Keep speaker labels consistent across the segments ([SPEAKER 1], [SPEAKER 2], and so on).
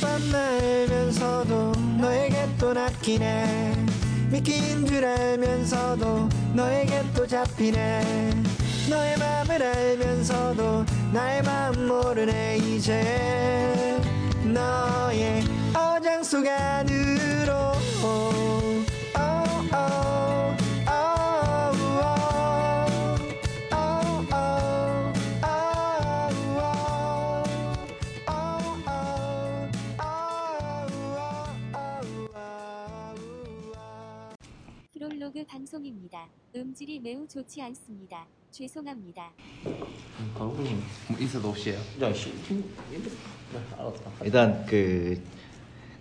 [SPEAKER 1] 밤 날면서도 너에게 또 낚이네 미끼인 줄 알면서도 너에게 또 잡히네 너의 마음을 알면서도 나의 마음 모르네 이제 너의 어장 속 안으로 어, Oh, oh, 어, oh, oh. 어,
[SPEAKER 2] 프롤로그 방송입니다. 음질이 매우 좋지 않습니다. 죄송합니다.
[SPEAKER 3] 얼굴은
[SPEAKER 4] 음.
[SPEAKER 3] 뭐 있어도 없이에요.
[SPEAKER 5] 야, 씨. 네, 알았다.
[SPEAKER 4] 일단 그,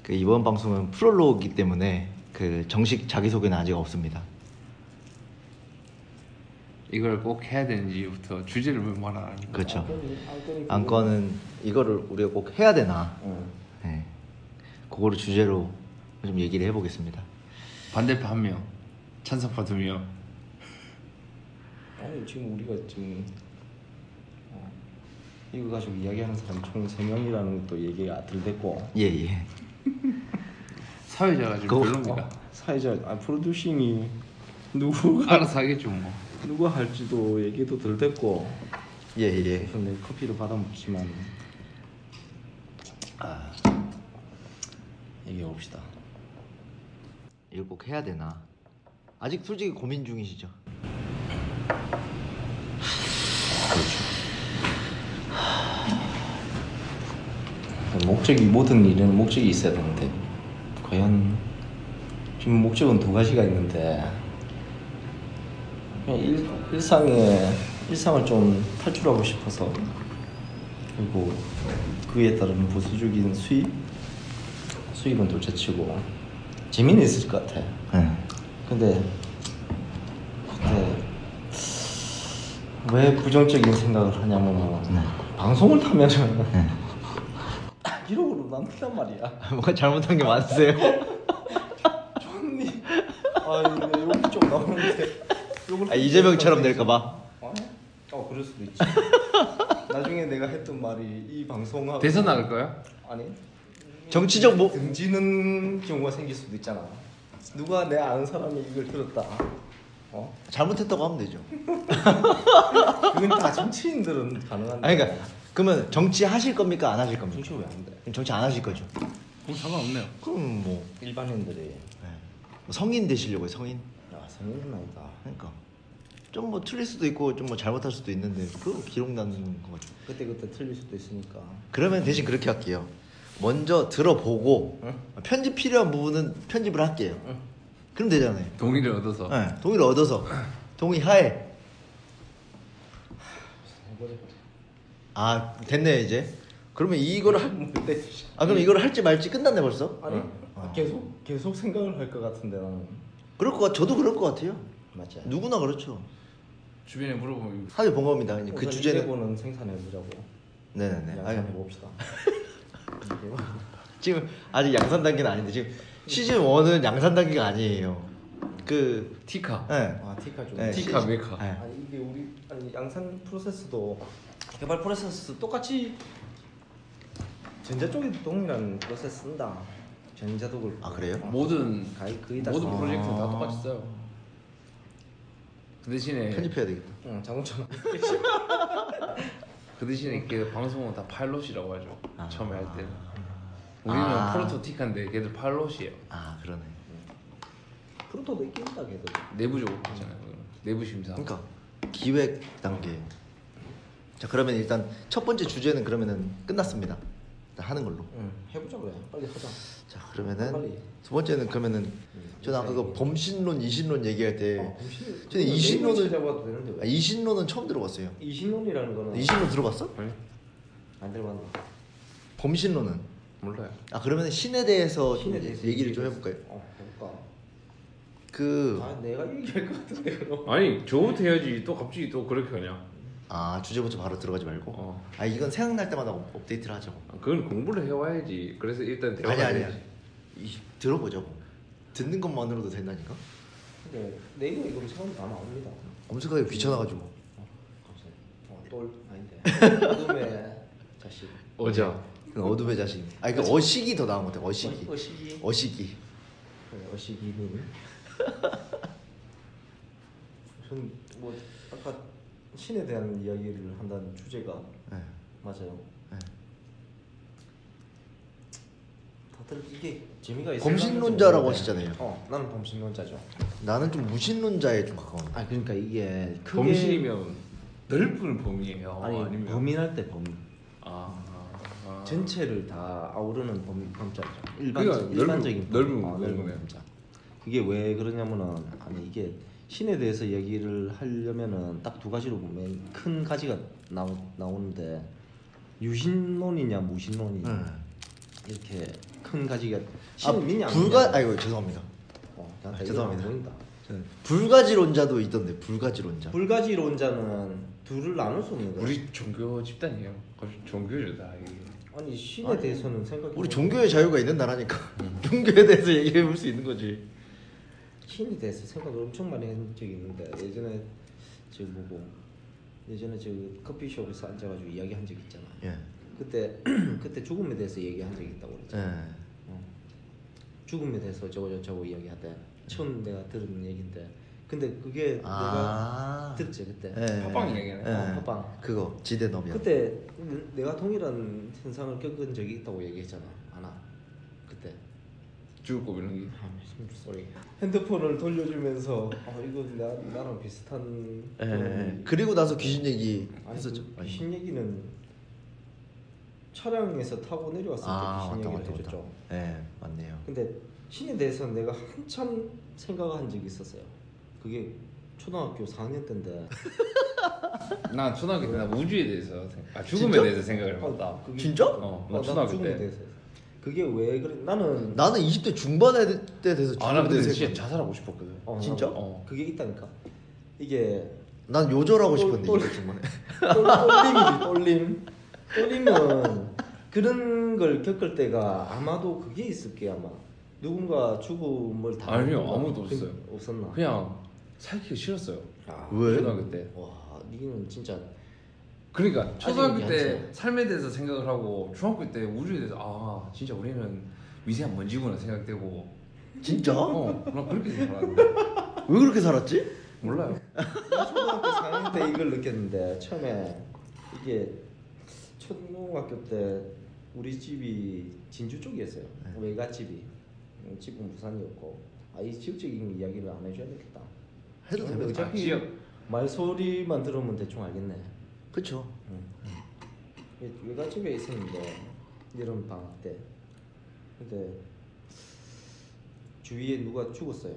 [SPEAKER 4] 그 이번 방송은 프롤로그이기 때문에 그 정식 자기소개는 아직 없습니다.
[SPEAKER 3] 이걸 꼭 해야 되는지부터 주제를 왜 말안 합니까?
[SPEAKER 4] 그렇죠.
[SPEAKER 5] 안건이-
[SPEAKER 4] 안건은 이거를 우리가 꼭 해야 되나?
[SPEAKER 5] 응.
[SPEAKER 4] 네. 그거를 주제로 좀 얘기를 해보겠습니다.
[SPEAKER 3] 반대파 한 명, 찬성파 두 명.
[SPEAKER 5] 아니, 지금 우리가 지금 어, 이거 가지고 이야기하는 사람이 총 3명이라는 것도 얘기가 들됐고
[SPEAKER 4] 예, 예.
[SPEAKER 3] 사회자가 좀
[SPEAKER 4] 그거- 어.
[SPEAKER 3] 별로입니다.
[SPEAKER 5] 사회자, 아, 프로듀싱이 누구가
[SPEAKER 3] 알아서 하겠죠 뭐.
[SPEAKER 5] 누가 할지도 얘기도 들됐고
[SPEAKER 4] 예, 예.
[SPEAKER 5] 그래서 내 커피를 받아 먹지만 아, 얘기해 봅시다.
[SPEAKER 4] 이걸 꼭 해야 되나? 아직 솔직히 고민 중이시죠?
[SPEAKER 5] 그렇죠. 목적이 모든 일에는 목적이 있어야 되는데 과연 지금 목적은 두 가지가 있는데 그냥 일, 일상에 일상을 좀 탈출하고 싶어서 그리고 그에 따른 부수적인 수입 수입은 둘째치고 재미는 있을 것 같아.
[SPEAKER 4] 네.
[SPEAKER 5] 근데 근데 왜 부정적인 생각을 하냐면
[SPEAKER 4] 네.
[SPEAKER 5] 방송을 타면은
[SPEAKER 4] 네.
[SPEAKER 5] 기록으로 남긴단 말이야.
[SPEAKER 4] 뭔가 잘못한 게 많으세요?
[SPEAKER 5] 형님. 아, 근데 욕이 좀 나오는데. 욕을
[SPEAKER 4] 아, 이재명처럼 될까봐.
[SPEAKER 5] 어? 어, 그럴 수도 있지. 나중에 내가 했던 말이 이 방송하고
[SPEAKER 3] 대선 나갈까요?
[SPEAKER 5] 아니.
[SPEAKER 4] 정치적 뭐- 모
[SPEAKER 5] 등지는 경우가 생길 수도 있잖아. 누가 내 아는 사람이 이걸 들었다. 어?
[SPEAKER 4] 잘못했다고 하면 되죠.
[SPEAKER 5] 그건 다 정치인들은 가능한데.
[SPEAKER 4] 아니 그러니까 그러면 정치 하실 겁니까 안 하실 겁니까?
[SPEAKER 5] 정치 왜안 돼?
[SPEAKER 4] 그럼 정치 안 하실 거죠? 네.
[SPEAKER 3] 뭐 상관없네요.
[SPEAKER 4] 그럼 뭐
[SPEAKER 5] 일반인들이
[SPEAKER 4] 네. 뭐 성인 되시려고요 성인.
[SPEAKER 5] 야, 성인 나이다.
[SPEAKER 4] 그러니까 좀 뭐 틀릴 수도 있고 좀 뭐 잘못할 수도 있는데 그 기록 남는 거죠.
[SPEAKER 5] 그때 그때 틀릴 수도 있으니까.
[SPEAKER 4] 그러면 대신 그렇게 할게요. 먼저 들어보고 편집 필요한 부분은 편집을 할게요. 그럼 되잖아요.
[SPEAKER 3] 동의를 얻어서.
[SPEAKER 4] 네, 동의를 얻어서 동의 하에 아 됐네 이제. 그러면 이거를 할,
[SPEAKER 5] 그때
[SPEAKER 4] 아 그럼 이거를 할지 말지 끝났네 벌써.
[SPEAKER 5] 아니
[SPEAKER 4] 어.
[SPEAKER 5] 계속 계속 생각을 할 것 같은데 나는
[SPEAKER 4] 그럴 것 같, 저도 그럴 것 같아요.
[SPEAKER 5] 맞지?
[SPEAKER 4] 누구나 그렇죠.
[SPEAKER 3] 주변에 물어보면
[SPEAKER 4] 하도 본 겁니다. 이제 그
[SPEAKER 5] 우선
[SPEAKER 4] 주제는
[SPEAKER 5] 이대고는 생산해보자고
[SPEAKER 4] 네네네. 아니,
[SPEAKER 5] 양산해 봅시다
[SPEAKER 4] 지금 아직 양산 단계는 아닌데 지금 시즌 1은 양산 단계가 아니에요. 그
[SPEAKER 3] 티카,
[SPEAKER 4] 예.
[SPEAKER 5] 아 티카 좀
[SPEAKER 4] 네,
[SPEAKER 5] 티-
[SPEAKER 3] 티카 메카.
[SPEAKER 4] 예.
[SPEAKER 5] 아니 이게 우리 아니 양산 프로세스도 개발 프로세스 똑같이 전자 쪽에도 동일한 프로세스 쓴다 전자도 그렇고
[SPEAKER 4] 아, 그래요?
[SPEAKER 3] 모든
[SPEAKER 5] 거의 거의 다
[SPEAKER 3] 모든
[SPEAKER 5] 써.
[SPEAKER 3] 프로젝트 다 똑같이 써요. 그
[SPEAKER 5] 네.
[SPEAKER 3] 대신에
[SPEAKER 4] 편집해야 되겠다.
[SPEAKER 5] 응 자동차
[SPEAKER 3] 그 대신에 그 방송은 다 파일럿이라고 하죠.
[SPEAKER 4] 아.
[SPEAKER 3] 처음에 할 때는. 우리는
[SPEAKER 4] 아.
[SPEAKER 3] 프로토티카인데 걔들 파일럿이에요.
[SPEAKER 4] 아 그러네.
[SPEAKER 5] 프로토도 있긴 있다 걔도
[SPEAKER 3] 내부적으로 했잖아요. 그거는. 내부 심사.
[SPEAKER 4] 그러니까 기획 단계. 자 그러면 일단 첫 번째 주제는 그러면은 끝났습니다. 일단 하는 걸로.
[SPEAKER 5] 응 해보자 그래 빨리 하자
[SPEAKER 4] 자 그러면은
[SPEAKER 5] 빨리.
[SPEAKER 4] 두 번째는 그러면은 저는 아까 그 범신론 이신론 얘기할
[SPEAKER 5] 어,
[SPEAKER 4] 때 네. 저는 이신론을
[SPEAKER 5] 잡아도 되는데
[SPEAKER 4] 아,
[SPEAKER 5] 왜
[SPEAKER 4] 이신론은 처음 들어봤어요.
[SPEAKER 5] 이신론이라는 거는
[SPEAKER 4] 이신론 들어봤어?
[SPEAKER 5] 안 들어봤나
[SPEAKER 4] 범신론은
[SPEAKER 3] 몰라요.
[SPEAKER 4] 아 그러면 신에 대해서
[SPEAKER 5] 신에
[SPEAKER 4] 좀
[SPEAKER 5] 대해서
[SPEAKER 4] 어, 네, 얘기를 좀 해볼까요?
[SPEAKER 5] 어 해볼까
[SPEAKER 4] 그
[SPEAKER 5] 아 내가 얘기할 것 같은데 그럼
[SPEAKER 6] 아니 저부터 해야지 또 갑자기 또 그렇게 하냐
[SPEAKER 4] 아 주제부터 바로 들어가지 말고
[SPEAKER 6] 어.
[SPEAKER 4] 아 이건 생각날 때마다 업- 업데이트를 하죠
[SPEAKER 6] 아, 그건 공부를 해와야지 그래서 일단
[SPEAKER 4] 아니
[SPEAKER 6] 대화가
[SPEAKER 4] 아니야
[SPEAKER 6] 돼야지
[SPEAKER 4] 이- 들어보죠 듣는 것만으로도 된다니까
[SPEAKER 5] 근데 네이버 이거 처음 다 나옵니다
[SPEAKER 4] 검색하기 귀찮아가지고
[SPEAKER 5] 어, 갑자기 어똘 아닌데 그다음에 자식
[SPEAKER 3] 어자.
[SPEAKER 4] 그 어둠의 자식. 아니 그 어식이 더 나은 것 같아. 어식이.
[SPEAKER 5] 어- 어식이.
[SPEAKER 4] 어식이.
[SPEAKER 5] 그래, 네, 어식이님. 전뭐 아까 신에 대한 이야기를 한다는 주제가
[SPEAKER 4] 예.
[SPEAKER 5] 맞아요.
[SPEAKER 4] 예.
[SPEAKER 5] 다들 이게 재미가 있어.
[SPEAKER 4] 범신론자라고 하시잖아요.
[SPEAKER 5] 어, 나는 범신론자죠.
[SPEAKER 4] 나는 좀 무신론자에 좀 가까운.
[SPEAKER 5] 아 그러니까 이게 크게
[SPEAKER 6] 범신이면 넓은 범위예요.
[SPEAKER 4] 어,
[SPEAKER 5] 아니
[SPEAKER 6] 아니면
[SPEAKER 5] 범인할 때 범.
[SPEAKER 6] 아, 아.
[SPEAKER 5] 전체를 다 아우르는 범, 범자죠.
[SPEAKER 6] 그러니까
[SPEAKER 5] 일반적,
[SPEAKER 6] 넓은-
[SPEAKER 5] 일반적인
[SPEAKER 6] 넓은
[SPEAKER 5] 범, 아, 넓은
[SPEAKER 6] 거네요.
[SPEAKER 5] 범자. 그게 왜 그러냐면은 아니 이게 신에 대해서 얘기를 하려면은 딱 두 가지로 보면 큰 가지가 나오, 나오는데 유신론이냐 무신론이냐 이렇게 큰 가지가
[SPEAKER 4] 아
[SPEAKER 5] 예. 신을 믿냐 안
[SPEAKER 4] 불가
[SPEAKER 5] 믿냐.
[SPEAKER 4] 아이고 죄송합니다.
[SPEAKER 5] 어, 나
[SPEAKER 4] 아,
[SPEAKER 5] 이거
[SPEAKER 4] 죄송합니다.
[SPEAKER 5] 안 보인다.
[SPEAKER 4] 저는 불가지론자도 있던데 불가지론자.
[SPEAKER 5] 불가지론자는 둘을 나눌 수 없는 거야.
[SPEAKER 6] 우리 종교 집단이에요. 거의 종교주다 이게.
[SPEAKER 5] 아니 신에 대해서는 생각해.
[SPEAKER 4] 우리 종교의 자유가 있는 나라니까
[SPEAKER 5] 음.
[SPEAKER 4] 종교에 대해서 얘기해 볼 수 있는 거지.
[SPEAKER 5] 신에 대해서 생각을 엄청 많이 한 적이 있는데 예전에 저 뭐고 예전에 저 커피숍에서 앉아가지고 이야기한 적 있잖아.
[SPEAKER 4] 예.
[SPEAKER 5] 그때 그때 죽음에 대해서 얘기한 적이 있다고 그랬잖아.
[SPEAKER 4] 예.
[SPEAKER 5] 어. 죽음에 대해서 저거 저거 저거 이야기하대. 처음 내가 들은 얘긴데 근데 그게
[SPEAKER 4] 아.
[SPEAKER 5] 내가 들었지 그때.
[SPEAKER 4] 예.
[SPEAKER 6] 팟빵 얘기하네.
[SPEAKER 4] 예.
[SPEAKER 5] 어, 팟빵.
[SPEAKER 4] 그거 지대 너비야.
[SPEAKER 5] 그때 내가 동일한 현상을 겪은 적이 있다고 얘기했잖아. 아나 그때.
[SPEAKER 6] 죽을 거 이런 게.
[SPEAKER 5] 아, 무슨 소리. 핸드폰을 돌려주면서 아 이거 나 나랑 비슷한.
[SPEAKER 4] 예, 예.
[SPEAKER 5] 그런-
[SPEAKER 4] 그리고 나서 귀신 얘기
[SPEAKER 5] 음. 아니,
[SPEAKER 4] 했었죠.
[SPEAKER 5] 그 귀신 얘기는 차량에서 타고 내려왔을 때
[SPEAKER 4] 아
[SPEAKER 5] 귀신
[SPEAKER 4] 맞다
[SPEAKER 5] 얘기를
[SPEAKER 4] 맞다 맞다.
[SPEAKER 5] 해줬죠.
[SPEAKER 4] 예 맞네요.
[SPEAKER 5] 근데 신에 대해서 내가 한참 생각한 적이 있었어요. 그게 초등학교 4학년 때인데.
[SPEAKER 6] 네. 난 초등학교 때나 우주에 대해서 생각- 아 죽음에
[SPEAKER 4] 진짜?
[SPEAKER 6] 대해서 생각을 해봤다.
[SPEAKER 5] 아, 그게-
[SPEAKER 4] 진짜?
[SPEAKER 6] 어, 나 초등학교
[SPEAKER 5] 죽음에
[SPEAKER 6] 때.
[SPEAKER 5] 대해서. 그게 왜 그래? 나는
[SPEAKER 4] 나는 20대 중반에 때 돼서
[SPEAKER 6] 아, 나 근데
[SPEAKER 4] 죽음에
[SPEAKER 6] 진짜
[SPEAKER 4] 대해서
[SPEAKER 6] 자살하고 싶었거든.
[SPEAKER 5] 어,
[SPEAKER 4] 진짜?
[SPEAKER 5] 나는
[SPEAKER 6] 어.
[SPEAKER 5] 그게 있다니까. 이게
[SPEAKER 4] 난 요절하고
[SPEAKER 5] 똘-
[SPEAKER 4] 싶었는데
[SPEAKER 5] 똘-
[SPEAKER 4] 20대 중반에.
[SPEAKER 5] 똘림이지 똘림 똘림은 그런 걸 겪을 때가 아마도 그게 있을 게 아마 누군가 죽음을 당한
[SPEAKER 6] 아니요,
[SPEAKER 5] 건가?
[SPEAKER 6] 아무도
[SPEAKER 5] 그-
[SPEAKER 6] 없어요.
[SPEAKER 5] 없었나
[SPEAKER 6] 그냥 살기가 싫었어요.
[SPEAKER 5] 아,
[SPEAKER 4] 왜?
[SPEAKER 6] 초등학교 때.
[SPEAKER 5] 와 니는 진짜
[SPEAKER 6] 그러니까 초등학교
[SPEAKER 5] 아직은
[SPEAKER 6] 때
[SPEAKER 5] 괜찮아.
[SPEAKER 6] 삶에 대해서 생각을 하고 중학교 때 우주에 대해서 아 진짜 우리는 위세한 먼지구나 생각되고
[SPEAKER 4] 진짜?
[SPEAKER 6] 어? 난 그렇게 생각하는데
[SPEAKER 4] 왜 그렇게 살았지?
[SPEAKER 6] 몰라요
[SPEAKER 5] 초등학교 4학년 때 이걸 느꼈는데 처음에 이게 초등학교 때 우리 집이 진주 쪽이었어요
[SPEAKER 4] 네.
[SPEAKER 5] 외갓집이 음, 집은 부산이었고 아이 지역적인 이야기를 안 해줘야 되겠다
[SPEAKER 4] 해도
[SPEAKER 5] 어,
[SPEAKER 4] 되면
[SPEAKER 6] 아, 지역
[SPEAKER 5] 말소리만 들으면 대충 알겠네.
[SPEAKER 4] 그쵸.
[SPEAKER 5] 외- 외갓집에 있었는데 이런 방학 때 근데 주위에 누가 죽었어요.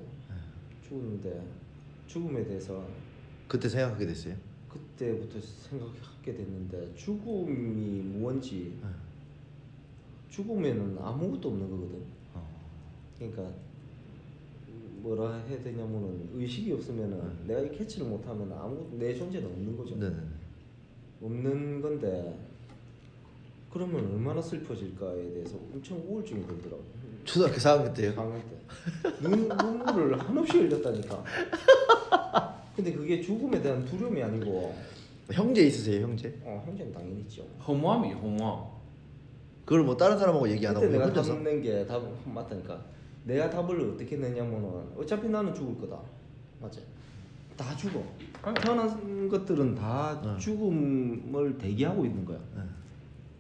[SPEAKER 5] 죽었는데 죽음에 대해서
[SPEAKER 4] 그때 생각하게 됐어요.
[SPEAKER 5] 그때부터 생각하게 됐는데 죽음이 무언지
[SPEAKER 4] 네.
[SPEAKER 5] 죽음에는 아무것도 없는 거거든.
[SPEAKER 4] 어.
[SPEAKER 5] 그러니까 뭐라 해야 되냐면은 의식이 없으면은 내가 이 캐치를 못하면 아무 내 존재는 없는 거죠.
[SPEAKER 4] 네네네.
[SPEAKER 5] 없는 건데 그러면 얼마나 슬퍼질까에 대해서 엄청 우울증이 들더라고
[SPEAKER 4] 초등학교 4학년 때요.
[SPEAKER 5] 강연 때 눈, 눈물을 한없이 흘렸다니까 근데 그게 죽음에 대한 두려움이 아니고
[SPEAKER 4] 형제 있으세요 형제?
[SPEAKER 5] 어 형제는 당연히 있죠
[SPEAKER 6] 허무함이 허무함
[SPEAKER 4] 그걸 뭐 다른 사람하고 얘기 안 하고
[SPEAKER 5] 그때
[SPEAKER 4] 그냥
[SPEAKER 5] 내가
[SPEAKER 4] 혼자서?
[SPEAKER 5] 답낸 게 답, 어, 맞다니까 내가 답을 어떻게 내냐면은 어차피 나는 죽을 거다 맞지? 다 죽어 태어난 것들은 다
[SPEAKER 4] 응.
[SPEAKER 5] 죽음을 대기하고 있는 거야
[SPEAKER 4] 네.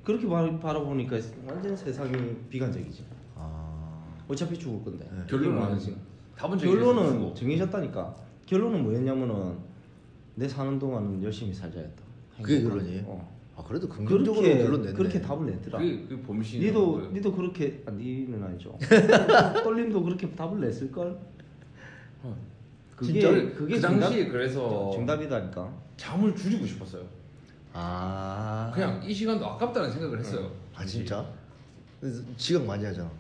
[SPEAKER 5] 그렇게 바- 바라보니까 완전 세상이 비관적이지.
[SPEAKER 4] 아.
[SPEAKER 5] 어차피 죽을 건데.
[SPEAKER 4] 네.
[SPEAKER 6] 결론은 아니지 답은 저기
[SPEAKER 5] 결론은
[SPEAKER 6] 있어서
[SPEAKER 5] 정해졌다니까. 결론은 뭐였냐면은 내 사는 동안은 열심히 살자였다.
[SPEAKER 4] 그게
[SPEAKER 5] 행복한.
[SPEAKER 4] 결론이에요?
[SPEAKER 5] 어.
[SPEAKER 4] 아 그래도 긍정적으로
[SPEAKER 5] 그렇게
[SPEAKER 4] 결론 냈네.
[SPEAKER 5] 그렇게 답을 냈더라.
[SPEAKER 6] 그게, 그게 범신이
[SPEAKER 5] 니도 니도 그렇게 아 니는 아니죠. 떨림도 그렇게 답을 냈을 걸. 그게
[SPEAKER 6] 진짜?
[SPEAKER 5] 그게
[SPEAKER 6] 그 당시에 그래서-
[SPEAKER 5] 정답이다니까.
[SPEAKER 6] 잠을 줄이고 싶었어요
[SPEAKER 4] 아.
[SPEAKER 6] 그냥 이 시간도 아깝다는 생각을 했어요
[SPEAKER 4] 아 진짜? 근데 지각 많이 하잖아.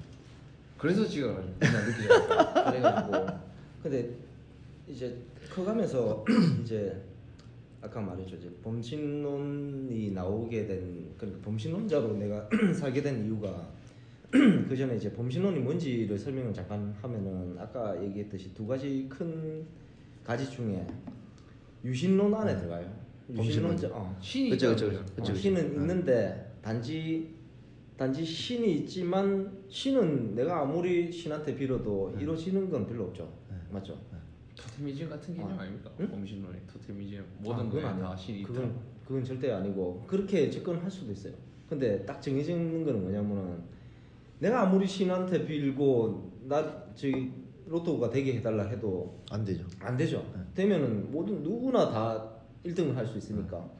[SPEAKER 6] 그래서 지금 그냥 느끼지 않았다
[SPEAKER 5] 그래가지고 근데 이제 그 커가면서 이제 아까 말했죠 이제 범신론이 나오게 된 그러니까 범신론자로 내가 살게 된 이유가 그 전에 이제 범신론이 뭔지를 설명을 잠깐 하면은 아까 얘기했듯이 두 가지 큰 가지 중에 유신론 안에 들어가요.
[SPEAKER 4] 음. 범신론.
[SPEAKER 5] 유신론자 어,
[SPEAKER 6] 아, 신이
[SPEAKER 4] 그쵸,
[SPEAKER 5] 네.
[SPEAKER 6] 있다는
[SPEAKER 4] 그쵸,
[SPEAKER 6] 거죠.
[SPEAKER 4] 그쵸.
[SPEAKER 5] 신은 있는데 단지 단지 신이 있지만 신은 내가 아무리 신한테 빌어도 이루어지는 건 별로 없죠.
[SPEAKER 4] 네.
[SPEAKER 5] 맞죠?
[SPEAKER 6] 토테미즘 같은 개념
[SPEAKER 5] 아,
[SPEAKER 6] 아, 닙니까
[SPEAKER 5] 응?
[SPEAKER 6] 범신론이 토테미즘
[SPEAKER 5] 아,
[SPEAKER 6] 모든
[SPEAKER 5] 그건
[SPEAKER 6] 거에
[SPEAKER 5] 아니야.
[SPEAKER 6] 다 신이 있다.
[SPEAKER 5] 그건 그건 절대 아니고 그렇게 접근할 수도 있어요. 근데 딱 정해져 있는 거는 뭐냐면은 내가 아무리 신한테 빌고 나 저기 로또가 되게 해달라 해도
[SPEAKER 4] 안 되죠.
[SPEAKER 5] 안 되죠.
[SPEAKER 4] 네.
[SPEAKER 5] 되면은 모든 누구나 다 1등을 할 수 있으니까.
[SPEAKER 4] 네.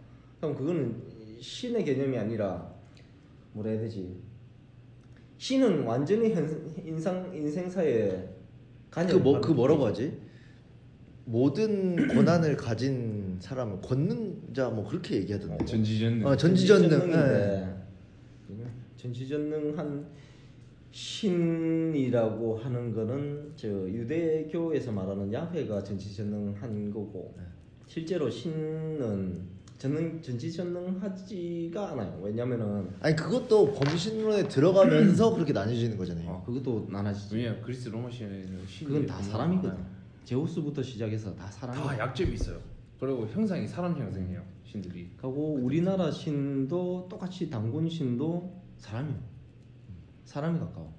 [SPEAKER 5] 그럼 그거는 신의 개념이 아니라 뭐라 해야 되지? 신은 완전히 현, 인상 인생사에
[SPEAKER 4] 그,
[SPEAKER 5] 관여를
[SPEAKER 4] 뭐,
[SPEAKER 5] 하는
[SPEAKER 4] 그 뭐라고
[SPEAKER 5] 거지.
[SPEAKER 4] 하지? 모든 권한을 가진 사람은 권능자 뭐 그렇게 얘기하던데.
[SPEAKER 6] 전지전능.
[SPEAKER 5] 아,
[SPEAKER 4] 어, 전지전능. 예.
[SPEAKER 5] 전지전능인데 네. 전지전능한 신이라고 하는 거는 저 유대교에서 말하는 야훼가 전지전능한 거고
[SPEAKER 4] 네.
[SPEAKER 5] 실제로 신은 전능 전지전능하지가 않아요. 왜냐면은
[SPEAKER 4] 아니 그것도 범신론에 들어가면서 그렇게 나뉘어지는 거잖아요.
[SPEAKER 5] 어, 그것도 나눠지지.
[SPEAKER 6] 왜냐 그리스 로마 신에는 신이
[SPEAKER 5] 그건 다
[SPEAKER 6] 분명히
[SPEAKER 5] 사람이거든.
[SPEAKER 6] 많아요.
[SPEAKER 5] 제우스부터 시작해서 다
[SPEAKER 6] 다
[SPEAKER 5] 사람이야.
[SPEAKER 6] 약점이 있어요. 그리고 형상이 사람 형상이에요 신들이.
[SPEAKER 5] 하고 우리나라 신도 똑같이 단군 신도 사람이요. 사람이 가까워.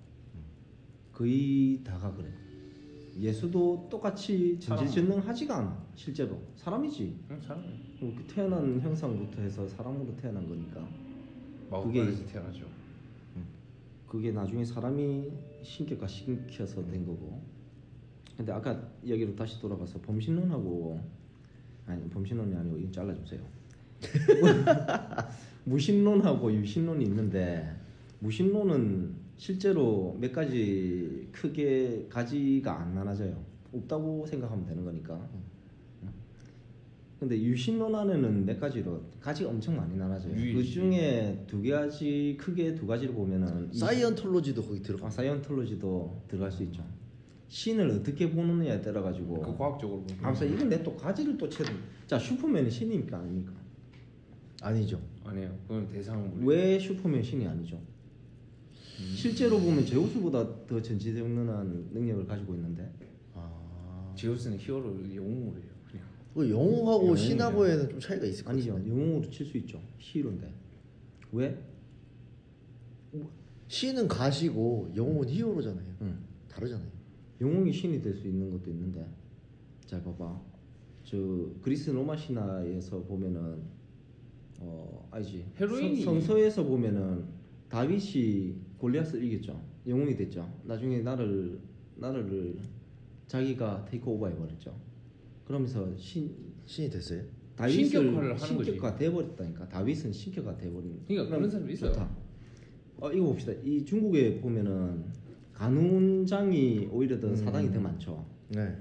[SPEAKER 5] 거의 다가 그래. 예수도 똑같이 전지전능하지가 않아 실제로 사람이지.
[SPEAKER 6] 응 사람.
[SPEAKER 5] 이렇게 태어난 형상부터 해서 사람으로 태어난 거니까
[SPEAKER 6] 마법에서 태어나죠.
[SPEAKER 5] 그게 나중에 사람이 신격화 시켜서 된 거고. 근데 아까 얘기로 다시 돌아가서 범신론하고 아니 범신론이 아니고 이건 잘라주세요. 무신론하고 유신론이 있는데 무신론은 실제로 몇 가지 크게 가지가 안 나눠져요. 없다고 생각하면 되는 거니까. 근데 유신론 안에는 몇 가지로 가지가 엄청 많이 나눠져요.
[SPEAKER 6] 유일신.
[SPEAKER 5] 그 중에 두 가지 크게 두 가지를 보면은 이-
[SPEAKER 4] 사이언톨로지도 거기 들어가.
[SPEAKER 5] 아, 사이언톨로지도 들어갈 수 있죠. 신을 어떻게 보느냐에 따라 가지고.
[SPEAKER 6] 그 과학적으로 보면.
[SPEAKER 5] 뭐. 아무튼 이건 내 또 가지를 또 채는. 자 슈퍼맨이 신입니까 아닙니까?
[SPEAKER 4] 아니죠.
[SPEAKER 6] 아니에요. 그건 대상물.
[SPEAKER 5] 왜 슈퍼맨 신이 아니죠? 실제로 보면 제우스보다 더 전지전능한 능력을 가지고 있는데
[SPEAKER 4] 아.
[SPEAKER 6] 제우스는 히어로 영웅물이에요. 그냥.
[SPEAKER 4] 그 영웅하고
[SPEAKER 6] 영웅이네.
[SPEAKER 4] 신하고에는 좀 차이가 있을 것
[SPEAKER 5] 아니죠
[SPEAKER 4] 같은데.
[SPEAKER 5] 영웅으로 칠 수 있죠 히로인데 왜?
[SPEAKER 4] 신은 가시고 영웅은 히어로잖아요.
[SPEAKER 5] 응.
[SPEAKER 4] 다르잖아요.
[SPEAKER 5] 영웅이 신이 될 수 있는 것도 있는데 자 봐봐 저 그리스 로마 신화에서 보면은 어 알지
[SPEAKER 6] 헤로인이-
[SPEAKER 5] 성, 성서에서 보면은 다윗이 골리앗을 이겼죠 영웅이 됐죠 나중에 나를 나를 자기가 테이크 오버해 버렸죠 그러면서 신
[SPEAKER 4] 신이 됐어요.
[SPEAKER 5] 다윗을
[SPEAKER 6] 신격화를 하는 거지.
[SPEAKER 5] 신격화 돼버렸다니까 다윗은 신격화 돼버린
[SPEAKER 6] 그러니까 그런 사람이 있어요.
[SPEAKER 5] 좋다. 어 이거 봅시다 이 중국에 보면은 간운장이 오히려 더 사당이 더 많죠
[SPEAKER 4] 네.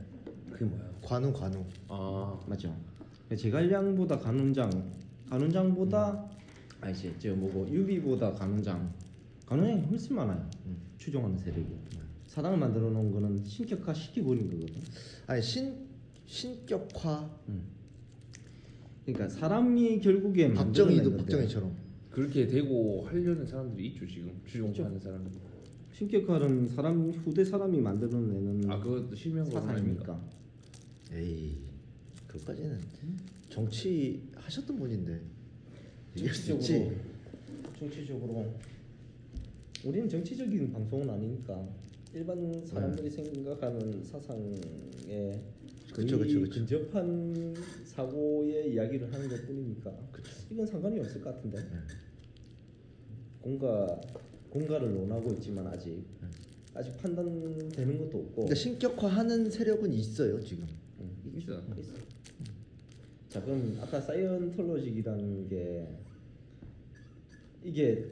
[SPEAKER 5] 그게 뭐야?
[SPEAKER 4] 관우 관우.
[SPEAKER 6] 아
[SPEAKER 5] 맞죠. 제갈량보다 간운장, 간운장보다 아니지, 저 뭐고 유비보다 간운장, 간운장이 훨씬 많아요.
[SPEAKER 4] 음.
[SPEAKER 5] 추종하는 세력이. 사당을 만들어 놓은 거는 신격화 시키고는 거거든.
[SPEAKER 4] 아니 신 신격화.
[SPEAKER 5] 그러니까 사람이 결국에
[SPEAKER 4] 박정희도
[SPEAKER 5] 음, 만들어낸 건데
[SPEAKER 4] 박정희처럼.
[SPEAKER 6] 그렇게 되고 하려는 사람들이 있죠 지금 주종하는 사람들.
[SPEAKER 5] 신격화는 사람 후대 사람이 만들어내는
[SPEAKER 6] 아 그것도 실명 거론 아닙니까?
[SPEAKER 5] 음. 사상입니까?
[SPEAKER 4] 에이. 그것까지는 정치 하셨던 분인데. 얘기할 수 있지. 네.
[SPEAKER 5] 정치적으로 우리는 정치적인 방송은 아니니까 일반 사람들이 생각하는 사상에 거의
[SPEAKER 4] 네. 그쵸, 그쵸, 그쵸.
[SPEAKER 5] 근접한 사고의 이야기를 하는 것뿐이니까 이건 상관이 없을 것 같은데
[SPEAKER 4] 뭐.
[SPEAKER 5] 공가 공가를 논하고 있지만 아직
[SPEAKER 4] 네.
[SPEAKER 5] 아직 판단되는 것도 없고
[SPEAKER 4] 그러니까 신격화하는 세력은 있어요 지금.
[SPEAKER 5] 음,
[SPEAKER 6] 있어.
[SPEAKER 5] 있어. 자 그럼 아까 사이언톨로직이라는 게 이게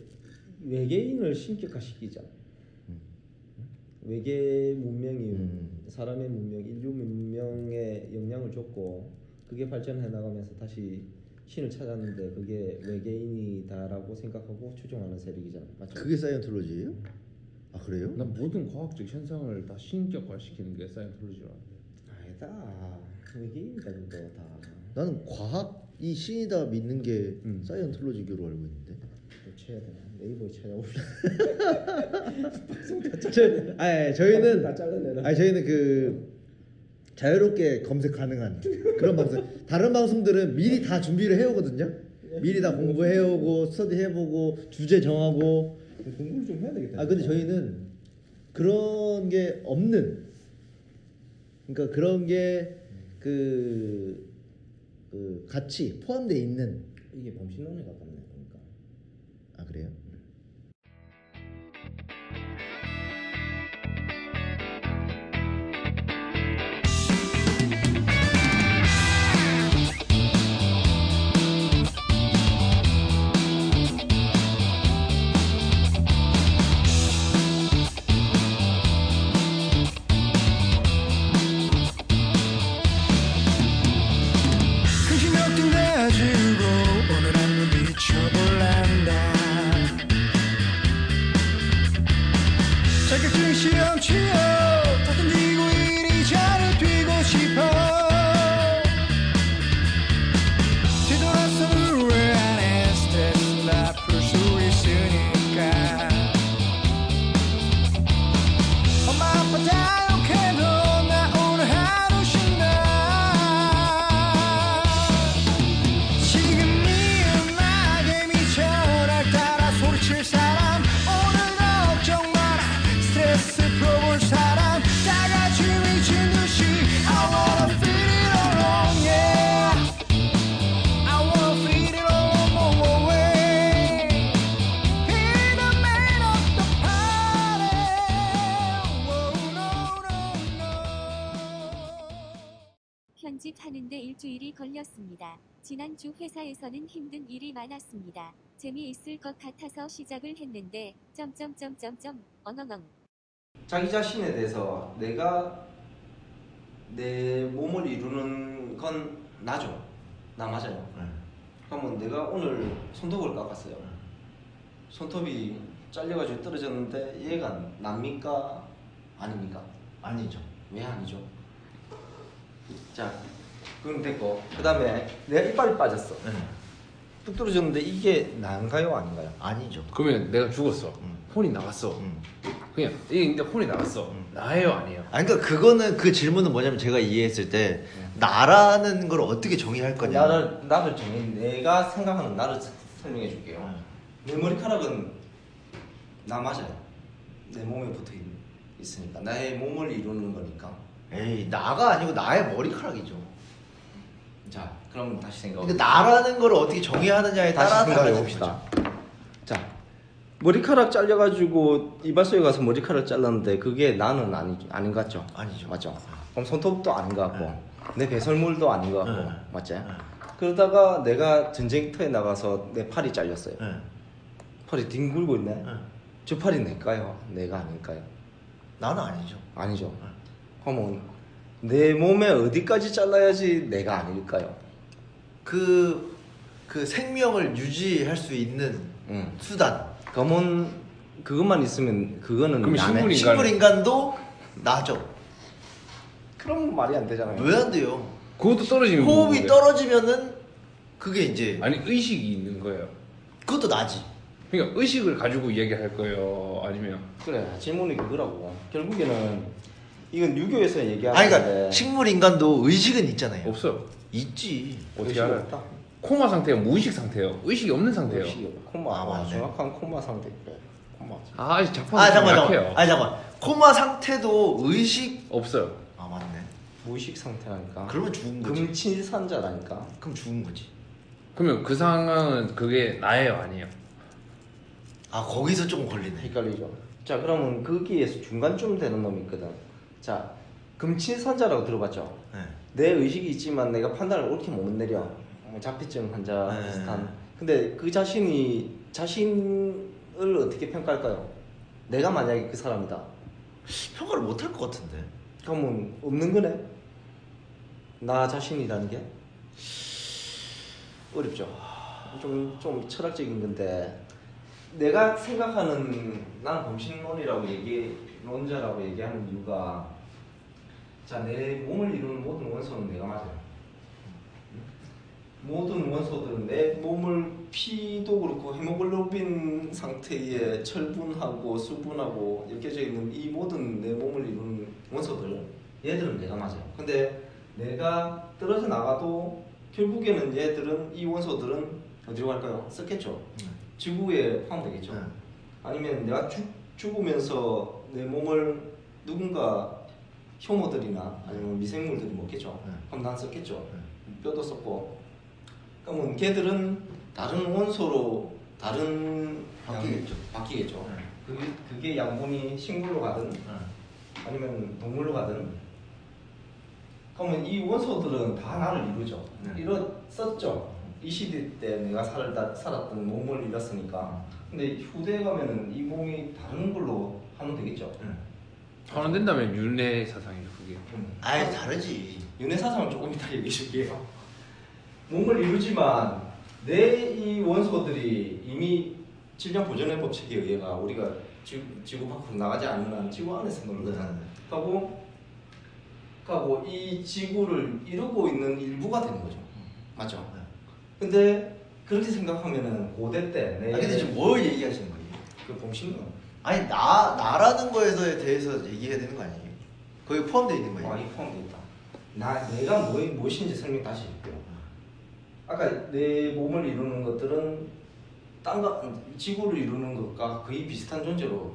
[SPEAKER 5] 외계인을 신격화시키자. 외계 문명이
[SPEAKER 4] 음.
[SPEAKER 5] 사람의 문명, 인류 문명에 영향을 줬고 그게 발전해 나가면서 다시 신을 찾았는데 그게 외계인이다라고 생각하고 추종하는 세력이잖아. 맞죠?
[SPEAKER 4] 그게 사이언톨로지예요? 아 그래요?
[SPEAKER 6] 난 모든 과학적 현상을 다 신격화시키는 게 사이언톨로지라고 하는데.
[SPEAKER 5] 아니다. 외계인이다 그거 다.
[SPEAKER 4] 나는 과학이 신이다 믿는 게
[SPEAKER 5] 음.
[SPEAKER 4] 사이언톨로지교로 알고 있는데.
[SPEAKER 5] 고쳐야 되나? 네이버에 찾아봅시다.
[SPEAKER 4] 저, 아니, 저희는
[SPEAKER 5] 다 잘라내라.
[SPEAKER 4] 아니 저희는 그 자유롭게 검색 가능한 그런 방송. 다른 방송들은 미리 다 준비를 해오거든요. 미리 다 공부해오고 스터디 해보고 주제 정하고
[SPEAKER 3] 공부를 좀 해야 되겠다.
[SPEAKER 4] 아 근데 저희는 그런 게 없는 그러니까 그런 게그 그 같이 포함돼 있는
[SPEAKER 5] 이게 범신론에 가깝네 그러니까. 보니까.
[SPEAKER 4] 아 그래요?
[SPEAKER 1] 근심 걱정 가지고 오늘 한번 미쳐볼란다 자격증 시험 취업 다 던지고 이리 잘을 뛰고 싶어 뒤돌아서 후회 안 해 스트레스를 다 풀 수 있으니까 엄마 아빠 다 욕해도 나 오늘 하루 쉰다 지금 이 음악에 미쳐 날 따라 소리칠 사람 오늘 걱정 마라 스트레스 풀어볼 사람 다같이 미친 듯이 I wanna feel it all along yeah I wanna feel it all along way In the middle of the party, oh no no no.
[SPEAKER 2] 편집하는데 일주일이 걸렸습니다. 지난주 회사에서는 힘든 일이 많았습니다. 재미있을 것 같아서 시작을 했는데 점점점점점 엉엉엉
[SPEAKER 5] 자기 자신에 대해서 내가 내 몸을 이루는 건 나죠. 나 맞아요. 그러면 내가 오늘 손톱을 깎았어요. 손톱이 잘려가지고 떨어졌는데 얘가 납니까? 아닙니까?
[SPEAKER 4] 아니죠.
[SPEAKER 5] 왜 아니죠? 자, 그건 됐고 그 다음에 내가 이빨이 빠졌어.
[SPEAKER 4] 네.
[SPEAKER 5] 뚝 떨어졌는데 이게 난가요? 아닌가요?
[SPEAKER 4] 아니죠.
[SPEAKER 6] 그러면 내가 죽었어.
[SPEAKER 4] 음.
[SPEAKER 6] 혼이 나갔어.
[SPEAKER 4] 음.
[SPEAKER 6] 그냥 이게 근데 혼이 나갔어.
[SPEAKER 4] 음.
[SPEAKER 6] 나예요, 아니에요?
[SPEAKER 4] 아니 그러니까 그거는 그 질문은 뭐냐면 제가 이해했을 때 나라는 걸 어떻게 정의할 거냐.
[SPEAKER 5] 나를 나를 정해 내가 생각하는 나를 서- 설명해 줄게요.
[SPEAKER 4] 음.
[SPEAKER 5] 내 머리카락은 나 맞아요. 내 몸에 붙어 있- 있으니까 나의 몸을 이루는 거니까.
[SPEAKER 4] 에이 나가 아니고 나의 머리카락이죠.
[SPEAKER 5] 자, 그럼 다시 생각.
[SPEAKER 4] 근데 나라는 걸 어떻게 정의하느냐에 따라
[SPEAKER 5] 다시 생각해
[SPEAKER 4] 달라지는
[SPEAKER 5] 봅시다.
[SPEAKER 4] 거죠.
[SPEAKER 5] 자, 머리카락 잘려가지고 이발소에 가서 머리카락 잘랐는데 그게 나는 아니 아닌 것 같죠?
[SPEAKER 4] 아니죠.
[SPEAKER 5] 맞죠? 그럼 손톱도 아닌 것 같고
[SPEAKER 4] 네.
[SPEAKER 5] 내 배설물도 아닌 것 같고
[SPEAKER 4] 네.
[SPEAKER 5] 맞지?
[SPEAKER 4] 네.
[SPEAKER 5] 그러다가 내가 전쟁터에 나가서 내 팔이 잘렸어요.
[SPEAKER 4] 예.
[SPEAKER 5] 팔이 뒹굴고 있네.
[SPEAKER 4] 예.
[SPEAKER 5] 저 팔이 내까요? 내가 아닐까요?
[SPEAKER 4] 나는 아니죠.
[SPEAKER 5] 아니죠.
[SPEAKER 4] 네.
[SPEAKER 5] 그러면 내 몸에 어디까지 잘라야지 내가 아닐까요?
[SPEAKER 4] 그, 그 생명을 유지할 수 있는
[SPEAKER 5] 음.
[SPEAKER 4] 수단.
[SPEAKER 5] 그러면 그것만 있으면 그거는
[SPEAKER 6] 그럼
[SPEAKER 5] 나네.
[SPEAKER 6] 식물이- 인간은-
[SPEAKER 4] 식물인간도 나죠.
[SPEAKER 5] 그럼 말이 안
[SPEAKER 6] 네.
[SPEAKER 5] 되잖아요.
[SPEAKER 4] 왜 안 돼요?
[SPEAKER 6] 그것도 떨어지면
[SPEAKER 4] 호흡이
[SPEAKER 6] 모르겠어요.
[SPEAKER 4] 떨어지면은 그게 이제
[SPEAKER 6] 아니 의식이 있는 거예요.
[SPEAKER 4] 그것도 나지.
[SPEAKER 6] 그러니까 의식을 가지고 얘기할 거예요. 아니면
[SPEAKER 5] 그래 질문이 그거라고. 결국에는 이건 유교에서 얘기하는
[SPEAKER 4] 아니 그러니까
[SPEAKER 5] 건데
[SPEAKER 4] 식물인간도 의식은 있잖아요.
[SPEAKER 6] 네. 없어요.
[SPEAKER 4] 네. 있지.
[SPEAKER 6] 어떻게
[SPEAKER 5] 의식이
[SPEAKER 6] 알아요?
[SPEAKER 5] 없다.
[SPEAKER 6] 코마 상태가 무의식 상태예요. 의식이 없는 상태예요.
[SPEAKER 5] 의식이 없다. 콤마
[SPEAKER 4] 아,
[SPEAKER 5] 아,
[SPEAKER 4] 맞네.
[SPEAKER 5] 정확한 콤마 상태. 그래. 콤마.
[SPEAKER 6] 아, 아직 작품
[SPEAKER 4] 아 잠깐 잠깐.
[SPEAKER 6] 약해요.
[SPEAKER 4] 아 잠깐. 코마 상태도 의식.
[SPEAKER 6] 없어요.
[SPEAKER 4] 아 맞네.
[SPEAKER 5] 무의식 상태라니까.
[SPEAKER 6] 아.
[SPEAKER 4] 그러면 죽은 거지.
[SPEAKER 5] 금친산자라니까.
[SPEAKER 4] 그럼 죽은 거지.
[SPEAKER 6] 그러면 그 상황은 그게 나예요, 아니에요?
[SPEAKER 4] 아 거기서 좀 걸리네.
[SPEAKER 5] 헷갈리죠. 자 그러면 거기에서 중간쯤 되는 놈이 있거든. 자 금친산자라고 들어봤죠?
[SPEAKER 4] 네.
[SPEAKER 5] 내 의식이 있지만 내가 판단을 옳게 못 내려 뭐 자폐증 환자
[SPEAKER 4] 네.
[SPEAKER 5] 비슷한 근데 그 자신이 자신을 어떻게 평가할까요? 내가 만약에 그 사람이다
[SPEAKER 4] 평가를 못 할 것 같은데.
[SPEAKER 5] 그러면 없는 거네 나 자신이라는 게 어렵죠 좀, 좀 철학적인 건데 내가 생각하는 나는 범신론이라고 얘기 논자라고 얘기하는 이유가 자 내 몸을 이루는 모든 원소는 내가 맞아요 모든 원소들은 내 몸을 피도 그렇고 헤모글로빈 상태에 철분하고 수분하고 엮여져 있는 이 모든 내 몸을 이루는 원소들 얘들은 내가 맞아요. 근데 내가 떨어져 나가도 결국에는 얘들은 이 원소들은 어디로 갈까요? 썩겠죠. 지구에 포함되겠죠.
[SPEAKER 4] 네.
[SPEAKER 5] 아니면 내가 죽, 죽으면서 내 몸을 누군가 혐오들이나 아니면 미생물들이 먹겠죠.
[SPEAKER 4] 네.
[SPEAKER 5] 그럼 난 썼겠죠. 뼈도 썼고. 그러면 걔들은 다른 원소로 다른
[SPEAKER 4] 바뀌겠죠.
[SPEAKER 5] 양- 바뀌겠죠.
[SPEAKER 4] 네.
[SPEAKER 5] 그게, 그게 양분이 식물로 가든 아니면 동물로 가든
[SPEAKER 4] 네.
[SPEAKER 5] 그러면 이 원소들은 다 나를 이루죠.
[SPEAKER 4] 네.
[SPEAKER 5] 이뤘었죠. 이 시대 때 내가 살다, 살았던 몸을 잃었으니까. 근데 후대에 가면은 이 몸이 다른 걸로 하면 되겠죠.
[SPEAKER 6] 하는 된다면 윤회 사상이죠 그게.
[SPEAKER 5] 음.
[SPEAKER 4] 네. 아예 다르지.
[SPEAKER 5] 윤회 사상은 조금 이따 얘기해 줄게요. 몸을 이루지만 내 이 원소들이 이미 질량 보존의 법칙에 의해가 우리가 지, 지구 밖으로 나가지 않는 한 지구 안에서 놀거잖아요 하고 하고 이 지구를 이루고 있는 일부가 되는 거죠. 맞죠?
[SPEAKER 4] 네.
[SPEAKER 5] 근데 그렇게 생각하면은 고대 때내
[SPEAKER 4] 아 근데 지금 뭘 얘기하시는 거예요?
[SPEAKER 5] 그 봄신론
[SPEAKER 4] 아니 나 나라는 거에서 대해서 얘기해야 되는 거 아니에요? 거기 포함되어 있는 거예요?
[SPEAKER 5] 뭐 많이 포함되어 있다. 나 내가 뭐 무엇인지 설명 다시 해줄게요. 아까 내 몸을 이루는 것들은 땅과 지구를 이루는 것과 거의 비슷한 존재로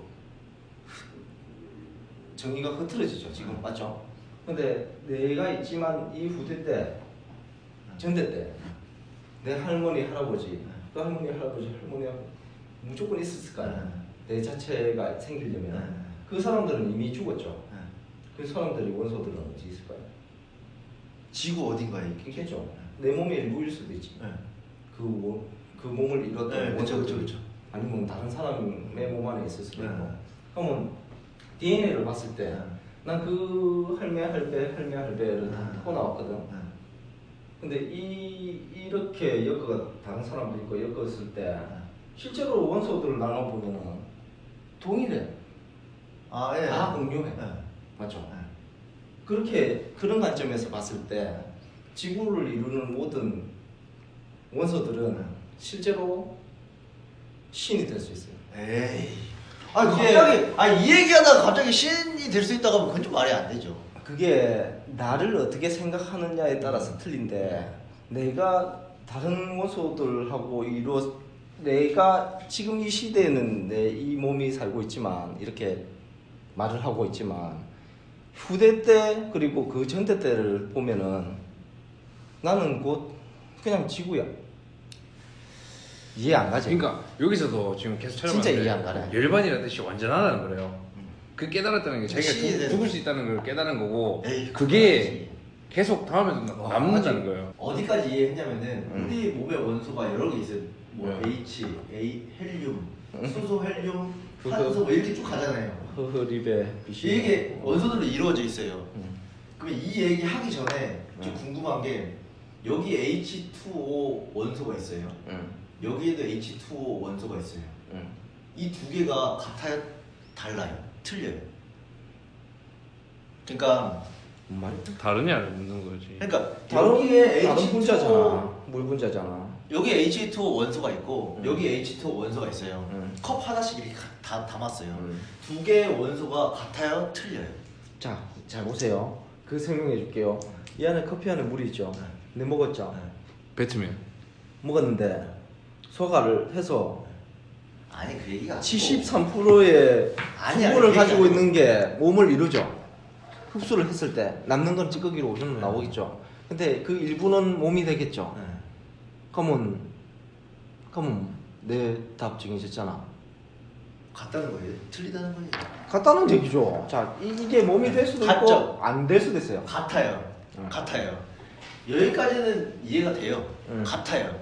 [SPEAKER 5] 정의가 흐트러지죠 지금 맞죠? 근데 내가 있지만 이 후대 때 전대 때 내 할머니 할아버지 그 할머니 할아버지 할머니 할아버지 무조건 있었을 거 아니야 내 자체가 생기려면
[SPEAKER 4] 네.
[SPEAKER 5] 그 사람들은 이미 죽었죠 그 사람들이 원소들은 어디 있을까요?
[SPEAKER 4] 지구 어딘가에 있
[SPEAKER 5] 있겠죠
[SPEAKER 4] 네.
[SPEAKER 5] 내 몸의 일부일 수도 있지 그, 원- 그 몸을 잃었던
[SPEAKER 4] 네, 그쵸,
[SPEAKER 5] 원소들.
[SPEAKER 4] 그쵸, 그쵸.
[SPEAKER 5] 아니면 다른 사람의 몸 안에 있을 수도
[SPEAKER 4] 네.
[SPEAKER 5] 있고 그러면 DNA를 봤을 때 난 그 할매 할배 할매 할배를 다
[SPEAKER 4] 네.
[SPEAKER 5] 타고 나왔거든 근데 이 이렇게 엮어가 다른 사람도 있고 엮었을
[SPEAKER 4] 네.
[SPEAKER 5] 때 실제로 원소들을 나눠보면 동일해
[SPEAKER 4] 아 예.
[SPEAKER 5] 다 공유해.
[SPEAKER 4] 예.
[SPEAKER 5] 맞죠?
[SPEAKER 4] 예.
[SPEAKER 5] 그렇게 그런 관점에서 봤을 때 지구를 이루는 모든 원소들은 실제로 신이 될 수 있어요.
[SPEAKER 4] 에이. 아
[SPEAKER 5] 그게-
[SPEAKER 4] 갑자기 아이 얘기하다가 갑자기 신이 될 수 있다고 하면 그건 좀 말이 안 되죠.
[SPEAKER 5] 그게 나를 어떻게 생각하느냐에 따라서 틀린데 내가 다른 원소들하고 이루어 내가 지금 이 시대에는 내 이 몸이 살고 있지만 이렇게 말을 하고 있지만 후대 때 그리고 그 전대 때를 보면은 나는 곧 그냥 지구야 이해 안 가지?
[SPEAKER 6] 그러니까 여기서도 지금 계속 찾아봤는데
[SPEAKER 5] 진짜 이해 안 가네.
[SPEAKER 6] 열반이라는 뜻이 완전하다는 거래요. 그 깨달았다는 게 자기가
[SPEAKER 4] 확실히
[SPEAKER 6] 죽,
[SPEAKER 4] 되는
[SPEAKER 6] 죽을 수 있다는 걸 깨달은 거고
[SPEAKER 4] 에이,
[SPEAKER 6] 그게
[SPEAKER 5] 아, 네.
[SPEAKER 4] 그거지.
[SPEAKER 6] 계속 다음에도 나-
[SPEAKER 4] 어,
[SPEAKER 6] 남는다는
[SPEAKER 4] 맞아.
[SPEAKER 6] 거예요.
[SPEAKER 4] 어디까지 이해했냐면은
[SPEAKER 5] 음. 네.
[SPEAKER 4] 우리 몸의 원소가 여러 개 있어요. 뭐
[SPEAKER 6] 음.
[SPEAKER 4] H, A, 헬륨, 수소, 헬륨,
[SPEAKER 5] 음. 그거-
[SPEAKER 4] 탄소 뭐 이렇게 쭉 가잖아요.
[SPEAKER 5] 허허립에 비시
[SPEAKER 4] 이게 원소들로 이루어져 있어요.
[SPEAKER 5] 음. 네.
[SPEAKER 4] 그럼 이 얘기 하기 전에 좀 궁금한 게 여기 H2O 원소가 있어요.
[SPEAKER 5] 응,
[SPEAKER 4] 여기에도 H2O 원소가 있어요.
[SPEAKER 5] 응.
[SPEAKER 4] 이 두 개가 같아요? 달라요? 틀려요? 그러니까
[SPEAKER 5] 뭔 말이야?
[SPEAKER 6] 다르냐를 묻는 거지.
[SPEAKER 4] 그러니까 여기에
[SPEAKER 5] 다른 다른
[SPEAKER 4] H2O
[SPEAKER 5] 분자잖아 물 분자잖아
[SPEAKER 4] 여기 H2O 원소가 있고
[SPEAKER 5] 음.
[SPEAKER 4] 여기 H2O 원소가 있어요.
[SPEAKER 5] 음.
[SPEAKER 4] 컵 하나씩 이렇게 가- 다 담았어요.
[SPEAKER 5] 음.
[SPEAKER 4] 두 개의 원소가 같아요? 틀려요?
[SPEAKER 5] 자, 잘 보세요. 그 설명해 줄게요. 이 안에 커피 안에 물이 있죠.
[SPEAKER 4] 네. 네.
[SPEAKER 5] 내 먹었죠.
[SPEAKER 6] 배트맨.
[SPEAKER 5] 먹었는데 소화를 해서
[SPEAKER 4] 아니 그 얘기가 아니고
[SPEAKER 5] 73%의
[SPEAKER 4] 아니야,
[SPEAKER 5] 수분을
[SPEAKER 4] 그게 네.
[SPEAKER 5] 가지고
[SPEAKER 4] 아니야.
[SPEAKER 5] 있는 게 몸을 이루죠. 흡수를 했을 때 남는 건 찌꺼기로 오줌 나오겠죠. 근데 그 일부는 몸이 되겠죠.
[SPEAKER 4] 네.
[SPEAKER 5] 그러면 그러면 내 네, 답 정해졌잖아.
[SPEAKER 4] 같다는 거예요? 틀리다는 거예요?
[SPEAKER 5] 같다는 얘기죠. 자, 이- 이게 몸이 될 수도
[SPEAKER 4] 같죠.
[SPEAKER 5] 있고 안 될 수도 있어요.
[SPEAKER 4] 같아요.
[SPEAKER 5] 음.
[SPEAKER 4] 같아요. 여기까지는 이해가 돼요.
[SPEAKER 5] 음.
[SPEAKER 4] 같아요.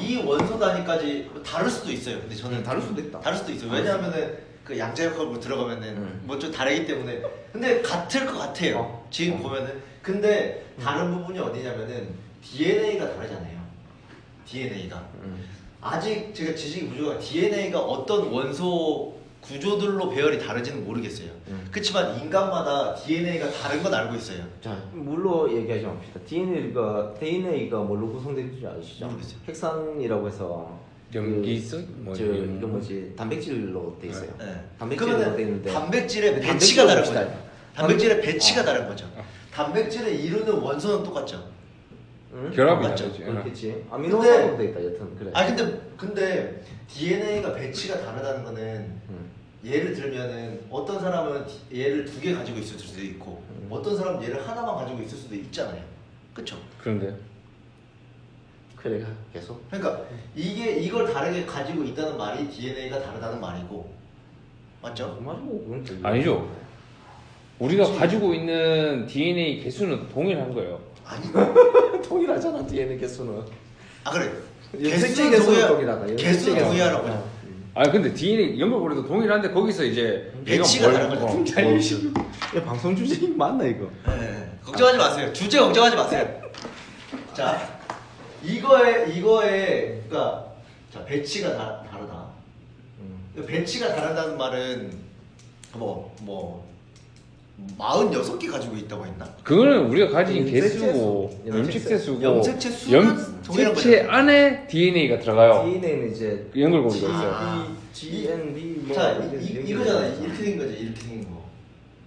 [SPEAKER 4] 이 원소 단위까지 뭐 다를 수도 있어요. 근데 저는
[SPEAKER 5] 음, 다를 수도 있다.
[SPEAKER 4] 다를 수도 있어요. 왜냐하면은 그 양자 역학으로 들어가면은
[SPEAKER 5] 음.
[SPEAKER 4] 뭐 좀 다르기 때문에 근데 같을 것 같아요.
[SPEAKER 5] 어.
[SPEAKER 4] 지금 보면은 근데 다른 부분이 어디냐면은 DNA가 다르잖아요. DNA가
[SPEAKER 5] 음.
[SPEAKER 4] 아직 제가 지식이 부족한 DNA가 어떤 원소 구조들로 배열이 다른지는 모르겠어요.
[SPEAKER 5] 음.
[SPEAKER 4] 그렇지만 인간마다 DNA가 다른 건 알고 있어요.
[SPEAKER 5] 자, 물로 얘기하지 맙시다. DNA가 DNA가 뭘로 구성되는지 아시죠?
[SPEAKER 4] 모르겠어요.
[SPEAKER 5] 핵산이라고 해서
[SPEAKER 6] 염기성?
[SPEAKER 5] 그,
[SPEAKER 6] 뭐
[SPEAKER 5] 저
[SPEAKER 6] 이런
[SPEAKER 5] 이거 뭐지 단백질로 돼 있어요.
[SPEAKER 4] 네.
[SPEAKER 5] 단백질로 돼
[SPEAKER 4] 그러면
[SPEAKER 5] 있는데
[SPEAKER 4] 단백질의
[SPEAKER 5] 단백질로
[SPEAKER 4] 배치가 다른
[SPEAKER 5] 봅시다.
[SPEAKER 4] 거죠. 단백질의
[SPEAKER 5] 단백-
[SPEAKER 4] 배치가
[SPEAKER 5] 아.
[SPEAKER 4] 다른 거죠. 단백질을 이루는 원소는 똑같죠.
[SPEAKER 6] 결합이
[SPEAKER 5] 맞죠?
[SPEAKER 6] 다르지. 예.
[SPEAKER 5] 그렇겠지. 아미노산으로 되겠다 여튼 그래.
[SPEAKER 4] 아 근데 근데 DNA가 배치가 다르다는 거는
[SPEAKER 5] 음.
[SPEAKER 4] 예를 들면은 어떤 사람은 디- 얘를 두 개 가지고 있을 수도 있고
[SPEAKER 5] 음.
[SPEAKER 4] 어떤 사람은 얘를 하나만 가지고 있을 수도 있잖아요. 그쵸?
[SPEAKER 6] 그런데
[SPEAKER 5] 음. 그래 계속.
[SPEAKER 4] 그러니까 이게 이걸 다르게 가지고 있다는 말이 DNA가 다르다는 말이고 맞죠?
[SPEAKER 5] 말이고 그건 또 이거.
[SPEAKER 6] 아니죠. 우리가 가지고 있는 DNA 개수는 동일한 거예요.
[SPEAKER 4] 아니
[SPEAKER 5] 통일하잖아 DNA 개수는.
[SPEAKER 4] 아 그래
[SPEAKER 5] 염색체
[SPEAKER 4] 개수는
[SPEAKER 5] 개수는
[SPEAKER 4] 동의하-
[SPEAKER 5] 동일하다. 염색체
[SPEAKER 4] 개수는
[SPEAKER 5] 개수.
[SPEAKER 4] 동의하라고
[SPEAKER 5] 어.
[SPEAKER 6] 아 근데 DNA 연결 고리도 동일한데 거기서 이제 얘가
[SPEAKER 4] 배치가
[SPEAKER 6] 뭘-
[SPEAKER 4] 다른 거죠.
[SPEAKER 6] 어.
[SPEAKER 5] 자유심. 야 방송 주제 맞나 이거?
[SPEAKER 4] 네, 걱정하지 마세요. 주제 걱정하지 마세요. 자, 이거에 이거에 그러니까 자 배치가 다, 다르다.
[SPEAKER 6] 음.
[SPEAKER 4] 배치가 다르다는 말은 뭐뭐 46개 가지고 있다고 했나?
[SPEAKER 6] 그거는 우리가 가진
[SPEAKER 5] 염색체
[SPEAKER 6] 개수고
[SPEAKER 5] 수.
[SPEAKER 6] 염색체 수고
[SPEAKER 4] 염색체 수는 동일한
[SPEAKER 6] 뭐, 염색체
[SPEAKER 4] 거잖아요.
[SPEAKER 6] 안에 DNA가
[SPEAKER 5] 뭐
[SPEAKER 6] 들어가요.
[SPEAKER 5] DNA는 이제
[SPEAKER 6] 그 연결 고리가 있어요.
[SPEAKER 4] 아.
[SPEAKER 5] G, G, N, B 뭐
[SPEAKER 4] 자,
[SPEAKER 5] 이런
[SPEAKER 4] 이,
[SPEAKER 5] 연결
[SPEAKER 4] 이, 이거잖아.
[SPEAKER 5] 고리가
[SPEAKER 4] 이렇게 된 거지. 이렇게 된 거.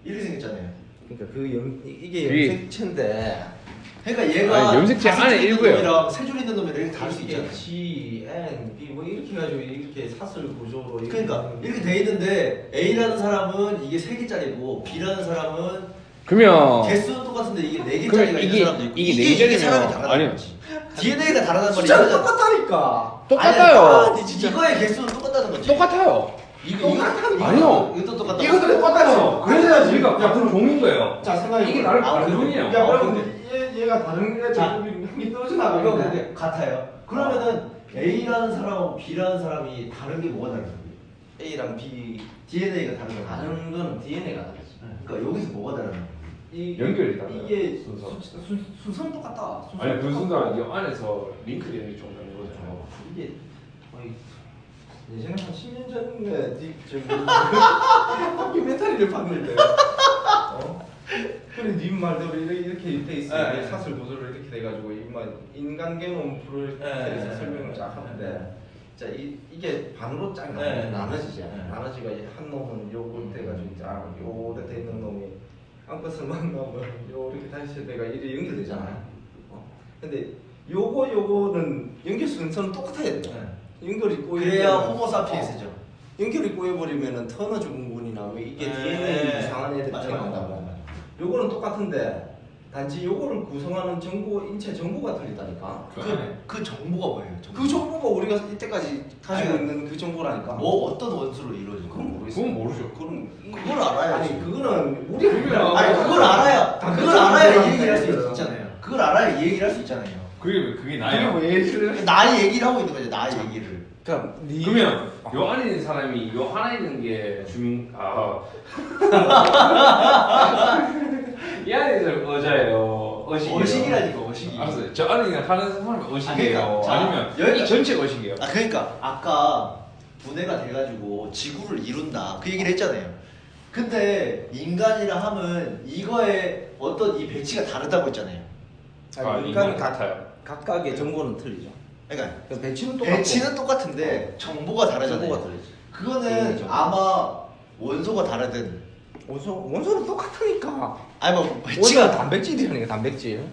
[SPEAKER 4] 이렇게 생겼잖아요.
[SPEAKER 5] 그러니까 그 염, 이- 이게
[SPEAKER 6] 뒤에.
[SPEAKER 5] 염색체인데
[SPEAKER 4] 그러니까 얘가
[SPEAKER 6] 아니, 염색체
[SPEAKER 4] 다섯
[SPEAKER 6] 안에
[SPEAKER 4] 줄 있는
[SPEAKER 6] 일부예요.
[SPEAKER 4] 놈이랑 세줄 있는 놈이랑 이렇게 다를 수
[SPEAKER 5] 이게
[SPEAKER 4] 있잖아.
[SPEAKER 5] G, N, B 뭐 이렇게 가지고 이렇게 사슬 구조로 이렇게
[SPEAKER 4] 그러니까
[SPEAKER 5] 하는
[SPEAKER 4] 이렇게
[SPEAKER 5] 거.
[SPEAKER 4] 돼 있는데 A라는 사람은 이게 세 개짜리고 B라는 사람은
[SPEAKER 6] 그러면
[SPEAKER 4] 개수는 똑같은데 이게 네
[SPEAKER 6] 어. 그러면
[SPEAKER 4] 개짜리가
[SPEAKER 6] 이게-
[SPEAKER 4] 있는 사람도 있고
[SPEAKER 6] 이게 네
[SPEAKER 4] 이게
[SPEAKER 6] 개짜리면-
[SPEAKER 4] 사람이 다르다는
[SPEAKER 6] 아니요.
[SPEAKER 4] 거지. DNA가 다르다는 말이
[SPEAKER 5] 숫자는
[SPEAKER 4] 이거잖아.
[SPEAKER 5] 똑같다니까.
[SPEAKER 6] 똑같아요.
[SPEAKER 4] 아니, 아니, 진짜. 이거의 개수는 똑같다는 거지.
[SPEAKER 6] 똑같아요.
[SPEAKER 4] 이거 이거
[SPEAKER 6] 아니요.
[SPEAKER 4] 이것도 똑같다.
[SPEAKER 5] 똑같다고.
[SPEAKER 6] 그래서 우리가 같은 종인 거예요.
[SPEAKER 5] 자 생각해.
[SPEAKER 6] 이게 나를
[SPEAKER 4] 아,
[SPEAKER 6] 다른
[SPEAKER 4] 그래요?
[SPEAKER 6] 종이에요.
[SPEAKER 5] 야
[SPEAKER 4] 아,
[SPEAKER 5] 그러니까 그럼 얘 얘가 다른 애자 이게 네. 떨어지나
[SPEAKER 4] 이거 근데 같아요.
[SPEAKER 5] 어.
[SPEAKER 4] 그러면은 A라는 사람하고 B라는 사람이 다른 게 뭐가 다른 거예요?
[SPEAKER 5] A랑 B
[SPEAKER 4] DNA가 다른 거 아니에요?
[SPEAKER 5] 다른 건 DNA가 다르지.
[SPEAKER 4] 그러니까 여기서 뭐가 다른 거예요?
[SPEAKER 5] 이-
[SPEAKER 6] 연결이 다르다.
[SPEAKER 5] 이게
[SPEAKER 6] 순서.
[SPEAKER 5] 수- 수- 순서는 똑같다. 순서는
[SPEAKER 6] 아니 그
[SPEAKER 5] 똑같다.
[SPEAKER 6] 순간 이 안에서 링크되는 게 좀 되는 거잖아요.
[SPEAKER 5] 이게 거의 내 생각 한 10년 전에 니 지금 다큐멘터리를 봤는데 어? 그래 니 말대로 이렇게 이렇게 돼 있어
[SPEAKER 4] 예,
[SPEAKER 5] 이게
[SPEAKER 4] 예.
[SPEAKER 5] 사슬 구조로 이렇게 돼가지고 이만 인간계론 프로젝트에서
[SPEAKER 4] 예, 예,
[SPEAKER 5] 설명을
[SPEAKER 4] 예.
[SPEAKER 5] 쫙 하는데 자 이, 이게 반으로 쫙
[SPEAKER 4] 예, 예.
[SPEAKER 5] 나눠지지
[SPEAKER 4] 예.
[SPEAKER 5] 나눠지가 이한 놈은
[SPEAKER 4] 음.
[SPEAKER 5] 요거 돼가지고 쫙 요래 돼 있는 놈이 한 것을 만나면 요 이렇게 다시 내가 이게 연결되잖아. 어. 근데 요거 요거는 연결 순서는 똑같아야 돼. 연결이 어. 꼬여.
[SPEAKER 4] 그래야 호모사피엔스죠.
[SPEAKER 5] 연결이 꼬여버리면은 터너 증후군이나 뭐 이게
[SPEAKER 4] 예.
[SPEAKER 5] DNA 이상한 애들
[SPEAKER 4] 맞아, 맞아, 맞아,
[SPEAKER 5] 들어간다고.
[SPEAKER 4] 맞아.
[SPEAKER 5] 요거는 똑같은데 단지 요거를 구성하는 정보 인체 정보가 틀리다니까.
[SPEAKER 6] 그 안에.
[SPEAKER 4] 그, 그 정보가 뭐예요? 정보?
[SPEAKER 5] 그 정보가 우리가 이때까지 가지고
[SPEAKER 4] 아니,
[SPEAKER 5] 있는 그 정보라니까.
[SPEAKER 4] 뭐 어떤 원수로 이루어진
[SPEAKER 5] 그건
[SPEAKER 4] 거?
[SPEAKER 5] 모르겠어.
[SPEAKER 6] 그건 모르죠.
[SPEAKER 5] 그건
[SPEAKER 4] 그걸 알아야지.
[SPEAKER 5] 아니 그거는 우리
[SPEAKER 6] 그거야.
[SPEAKER 4] 아니 그걸 알아야
[SPEAKER 5] 다
[SPEAKER 4] 그걸
[SPEAKER 5] 그렇죠.
[SPEAKER 4] 알아야 이
[SPEAKER 5] 그런
[SPEAKER 4] 얘기를 할 수
[SPEAKER 5] 거예요.
[SPEAKER 4] 있잖아요. 그걸 알아야 이 얘기를 할 수 있잖아요.
[SPEAKER 6] 그게 왜 그게
[SPEAKER 5] 그리고 예를
[SPEAKER 4] 나의 얘기를 하고 있는 거죠. 나의 얘기를.
[SPEAKER 5] 그러니까 네
[SPEAKER 6] 그러면 요 안에 있는 사람이 요 하나 있는 게 주민 아. 이 안에 있는 사람이 여자예요. 의식이에요.
[SPEAKER 4] 어식이라니까 어식이.
[SPEAKER 6] 알았어요. 저 안에 있는 하는 사람이
[SPEAKER 4] 아,
[SPEAKER 6] 의식이에요.
[SPEAKER 4] 그러니까, 자,
[SPEAKER 6] 아, 니면
[SPEAKER 4] 여기가-
[SPEAKER 6] 이 전체가 의식이에요.
[SPEAKER 4] 아 그러니까 아까 분해가 돼가지고 지구를 이룬다 그 얘기를 했잖아요. 근데 인간이라 함은 이거에 어떤 이 배치가 다르다고 했잖아요.
[SPEAKER 6] 아, 인간은
[SPEAKER 5] 아니, 인간은
[SPEAKER 6] 같아요.
[SPEAKER 5] 각- 각각의 정보는 틀리죠.
[SPEAKER 4] 그러니까
[SPEAKER 5] 그 배치는 똑같고 어.
[SPEAKER 4] 배치는 똑같은데 정보가 다르잖아요.
[SPEAKER 5] 정보가 다르지.
[SPEAKER 4] 그거는
[SPEAKER 5] 개인의
[SPEAKER 4] 아마 원소가 다르든
[SPEAKER 5] 원소 원소는 똑같으니까.
[SPEAKER 4] 아니 뭐
[SPEAKER 5] 원소가
[SPEAKER 4] 배치가
[SPEAKER 5] 단백질이라니까 단백질.